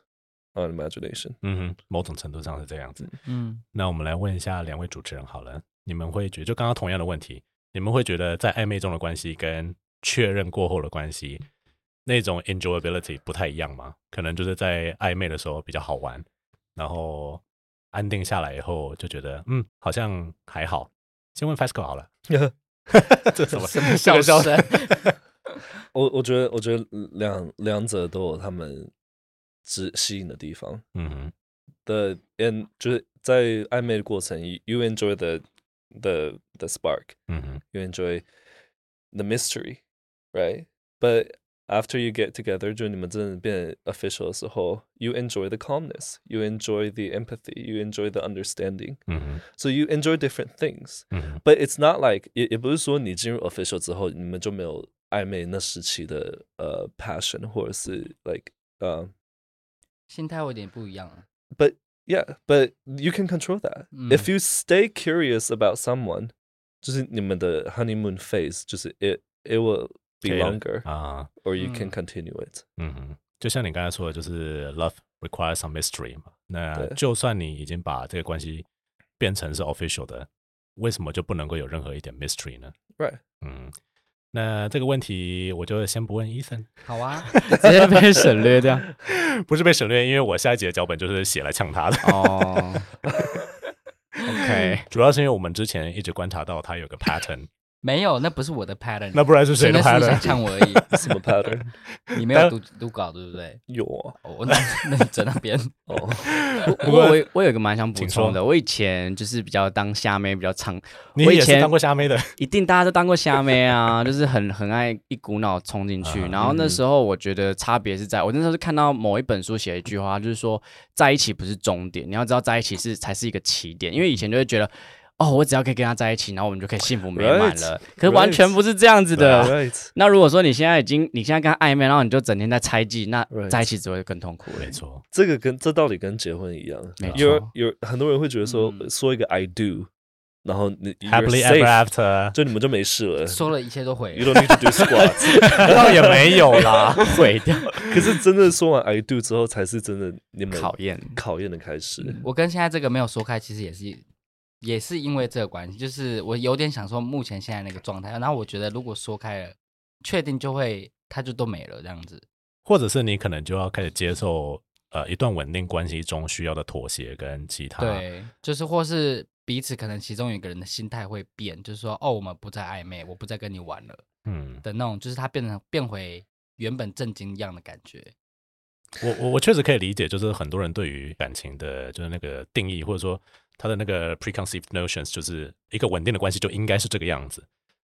[SPEAKER 4] on imagination.
[SPEAKER 1] 嗯哼，某种程度上是这样子。
[SPEAKER 3] 嗯，
[SPEAKER 1] 那我们来问一下两位主持人好了，你们会觉得就刚刚同样的问题，你们会觉得在暧昧中的关系跟确认过后的关系那种 enjoyability 不太一样吗？可能就是在暧昧的时候比较好玩，然后安定下来以后就觉得嗯好像还好。先问 Fasco 好了， 这什么
[SPEAKER 3] 什么笑
[SPEAKER 1] 这个
[SPEAKER 3] 声？
[SPEAKER 4] 我我觉得我觉得两两者都有他们之吸引的地方。
[SPEAKER 1] 嗯哼，
[SPEAKER 4] The and 就是在暧昧的过程，you you enjoy the the the spark.
[SPEAKER 1] 嗯哼，
[SPEAKER 4] you enjoy the mystery, right? But after you get together, 就你们真的变 official you enjoy the calmness, you enjoy the empathy, you enjoy the understanding.
[SPEAKER 1] 嗯哼，
[SPEAKER 4] So you enjoy different things.
[SPEAKER 1] 嗯哼，
[SPEAKER 4] But it's not like 也-也不是说你进入 official 之后，你们就没有暧昧那时期的呃 passion 或者是 like 呃、uh,
[SPEAKER 3] 心态有点不一样了。
[SPEAKER 4] but yeah, but you can control that. If
[SPEAKER 2] Mm.
[SPEAKER 3] 嗯。
[SPEAKER 4] you stay curious about someone, 就是你们的 honeymoon phase, 就是 it it will be
[SPEAKER 1] 可以了
[SPEAKER 4] longer
[SPEAKER 2] Uh,
[SPEAKER 1] 啊，
[SPEAKER 4] or you
[SPEAKER 2] mm.
[SPEAKER 4] can
[SPEAKER 3] 嗯
[SPEAKER 4] continue it.
[SPEAKER 1] 嗯哼，就像你刚才说的，就是 love requires some mystery 嘛。那
[SPEAKER 4] 对
[SPEAKER 1] 就算你已经把这个关系变成是 official 的，为什么就不能够有任何一点 mystery 呢？
[SPEAKER 4] Right.
[SPEAKER 1] 嗯，那这个问题我就先不问 Ethan，
[SPEAKER 3] 好啊，
[SPEAKER 2] 直接被省略掉。
[SPEAKER 1] 不是被省略，因为我下一节的脚本就是写来呛他的。
[SPEAKER 2] 哦，OK，
[SPEAKER 1] 主要是因为我们之前一直观察到他有个 pattern，
[SPEAKER 3] 没有，那不是我的 pattern，
[SPEAKER 1] 那不然是谁的
[SPEAKER 3] 那是你想
[SPEAKER 1] pattern？
[SPEAKER 3] 呛我 而已。
[SPEAKER 4] Some pattern.
[SPEAKER 3] 你没有读读稿对不对？
[SPEAKER 4] 有啊。
[SPEAKER 3] 哦，我那那你在那 边，
[SPEAKER 2] 不 不过我我有一个蛮想补
[SPEAKER 1] 请
[SPEAKER 2] 充的，
[SPEAKER 1] 说
[SPEAKER 2] 我以前就是比较当虾妹比较常，
[SPEAKER 1] 你
[SPEAKER 2] 我以
[SPEAKER 1] 也是
[SPEAKER 2] 前
[SPEAKER 1] 当过虾妹的，
[SPEAKER 2] 一定大家都当过虾妹啊， 就是很很爱一股脑冲进去。
[SPEAKER 1] 啊
[SPEAKER 2] 然后那时候我觉得差别是在我那时候是看到某一本书写一句话，就是说在一起不是终点，你要知道在一起是才是一个起点，因为以前就会觉得。哦，我只要可以跟他在一起，然后我们就可以幸福美满了。
[SPEAKER 4] Right，
[SPEAKER 2] 可是完全
[SPEAKER 4] right
[SPEAKER 2] 不是这样子的。
[SPEAKER 4] All right.
[SPEAKER 2] 啊那如果说你现在已经，你现在跟他暧昧，然后你就整天在猜忌，那
[SPEAKER 4] Right
[SPEAKER 2] 在一起只会更痛苦了。
[SPEAKER 1] 没错，
[SPEAKER 4] 这个跟这道理跟结婚一样。
[SPEAKER 2] 没错。
[SPEAKER 4] You're- you're- 很多人会觉得说，
[SPEAKER 2] 嗯。
[SPEAKER 4] 说一个 I do，然后你- you're
[SPEAKER 1] happily
[SPEAKER 4] safe，
[SPEAKER 1] ever after，
[SPEAKER 4] 就你们就没事了。
[SPEAKER 3] 说了一切都毁了。
[SPEAKER 4] You don't need to do squats。
[SPEAKER 1] 倒也没有啦。
[SPEAKER 2] 毁掉，
[SPEAKER 4] 可是真的说完 I do 之后，才是真的你们
[SPEAKER 2] 考验。
[SPEAKER 4] 考验的开始。
[SPEAKER 3] 我跟现在这个没有说开，其实也是也是因为这个关系，就是我有点想说目前现在那个状态，然后我觉得如果说开了，确定就会它就都没了这样子。
[SPEAKER 1] 或者是你可能就要开始接受呃一段稳定关系中需要的妥协跟其他。，
[SPEAKER 3] 对，就是或是彼此可能其中有一个人的心态会变，就是说哦，我们不再暧昧，我不再跟你玩了
[SPEAKER 1] 嗯，
[SPEAKER 3] 的那种，就是他变成变回原本正经一样的感觉。
[SPEAKER 1] 我我我确实可以理解，就是很多人对于感情的，就是那个定义或者说他的那个 preconceived notions，就是一个稳定的关系就应该是这个样子。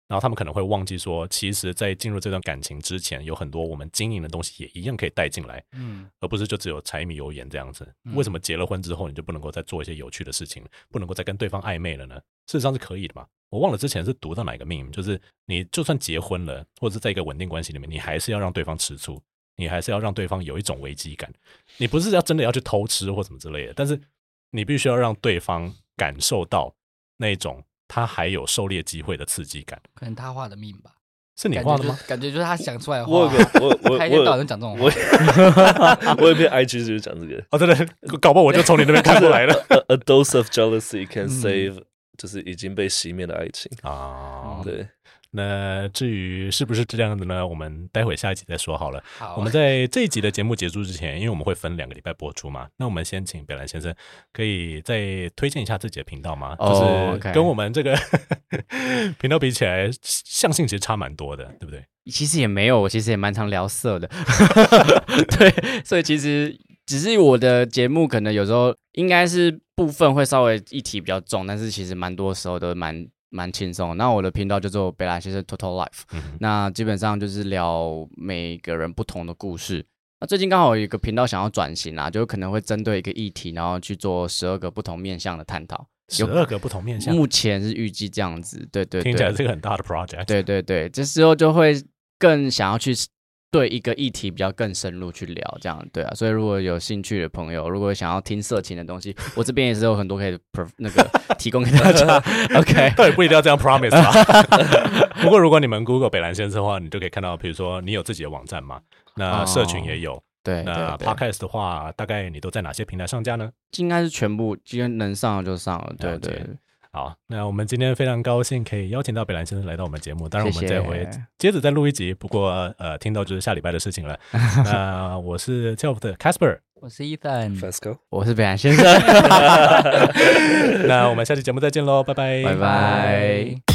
[SPEAKER 1] 然后他们可能会忘记说，其实，在进入这段感情之前，有很多我们经营的东西也一样可以带进来，
[SPEAKER 3] 嗯，
[SPEAKER 1] 而不是就只有柴米油盐这样子。
[SPEAKER 3] 嗯
[SPEAKER 1] 为什么结了婚之后，你就不能够再做一些有趣的事情，不能够再跟对方暧昧了呢？事实上是可以的嘛。我忘了之前是读到哪个命，就是你就算结婚了，或者是在一个稳定关系里面，你还是要让对方吃醋，你还是要让对方有一种危机感。你不是要真的要去偷吃或什么之类的，但是你必须要让对方感受到那种他还有狩猎机会的刺激感。
[SPEAKER 3] 可能他画的命吧。
[SPEAKER 1] 是你
[SPEAKER 3] 感
[SPEAKER 1] 画
[SPEAKER 3] 觉
[SPEAKER 1] 的
[SPEAKER 3] 就
[SPEAKER 1] 吗
[SPEAKER 3] 是？感觉就是他想出来的话
[SPEAKER 4] 我有
[SPEAKER 3] 啊。
[SPEAKER 4] 个我我
[SPEAKER 3] 他一天到晚
[SPEAKER 4] 我
[SPEAKER 3] 都讲这种话
[SPEAKER 4] 我 我有篇 IG 就是讲这个
[SPEAKER 1] 哦，真的，搞不好我就从你那边看过 来了
[SPEAKER 4] ，a a dose of jealousy can
[SPEAKER 3] 嗯
[SPEAKER 4] save，就是已经被熄灭的爱情。
[SPEAKER 3] 嗯哦
[SPEAKER 1] 啊。
[SPEAKER 4] 对，
[SPEAKER 1] 那至于是不是这样的呢？我们待会下一集再说好了。
[SPEAKER 3] 好，
[SPEAKER 1] 我们在这一集的节目结束之前，因为我们会分两个礼拜播出嘛，那我们先请北兰先生可以再推荐一下自己的频道吗？
[SPEAKER 2] 哦
[SPEAKER 1] 就是
[SPEAKER 2] OK
[SPEAKER 1] 跟我们这个 频道比起来，相性其实差蛮多的，对不对？
[SPEAKER 2] 其实也没有，我其实也蛮常聊色的， 对，所以其实只是我的节目可能有时候应该是部分会稍微议题比较重，但是其实蛮多时候都蛮蛮轻松的。那我的频道叫做北兰先生 Total Life，、
[SPEAKER 1] 嗯
[SPEAKER 2] 那基本上就是聊每个人不同的故事。那最近刚好有一啊个频道想要转型啦、就可能会针对一个议题，然后去做十二个不同面向的探讨。
[SPEAKER 1] 十二个不同面向，
[SPEAKER 2] 目前是预计这样子，对嗯对对，
[SPEAKER 1] 听起来是一个很大的 project。
[SPEAKER 2] 对对对，这时候就会更想要去对一个议题比较更深入去聊，这样对啊。所以如果有兴趣的朋友，如果想要听色情的东西，我这边也是有很多可以 pro- 那个提供给大家。OK，
[SPEAKER 1] 倒也不一定要这样 promise 吧。 不过如果你们 Google 北兰先生的话，你就可以看到，比如说你有自己的网站嘛，
[SPEAKER 2] 哦
[SPEAKER 1] 那社群也有，
[SPEAKER 2] 对
[SPEAKER 1] 那
[SPEAKER 2] 哎对对，
[SPEAKER 1] podcast 的话，大概你都在哪些平台上架呢？
[SPEAKER 2] 应该是全部，今天能上的就上了。对
[SPEAKER 1] 了解
[SPEAKER 2] 对，对
[SPEAKER 1] 好，那我们今天非常高兴可以邀请到北兰先生来到我们节目，当然我
[SPEAKER 2] 谢
[SPEAKER 1] 们
[SPEAKER 2] 谢
[SPEAKER 1] 这回接着再录一集，不过呃，听到就是下礼拜的事 情了。那我是 Telf 的 Casper，
[SPEAKER 3] 我是 Ethan，
[SPEAKER 4] Fasco。
[SPEAKER 2] 我是 北岸先生，
[SPEAKER 1] 那我们下期节目再见喽，拜拜，
[SPEAKER 2] 拜拜。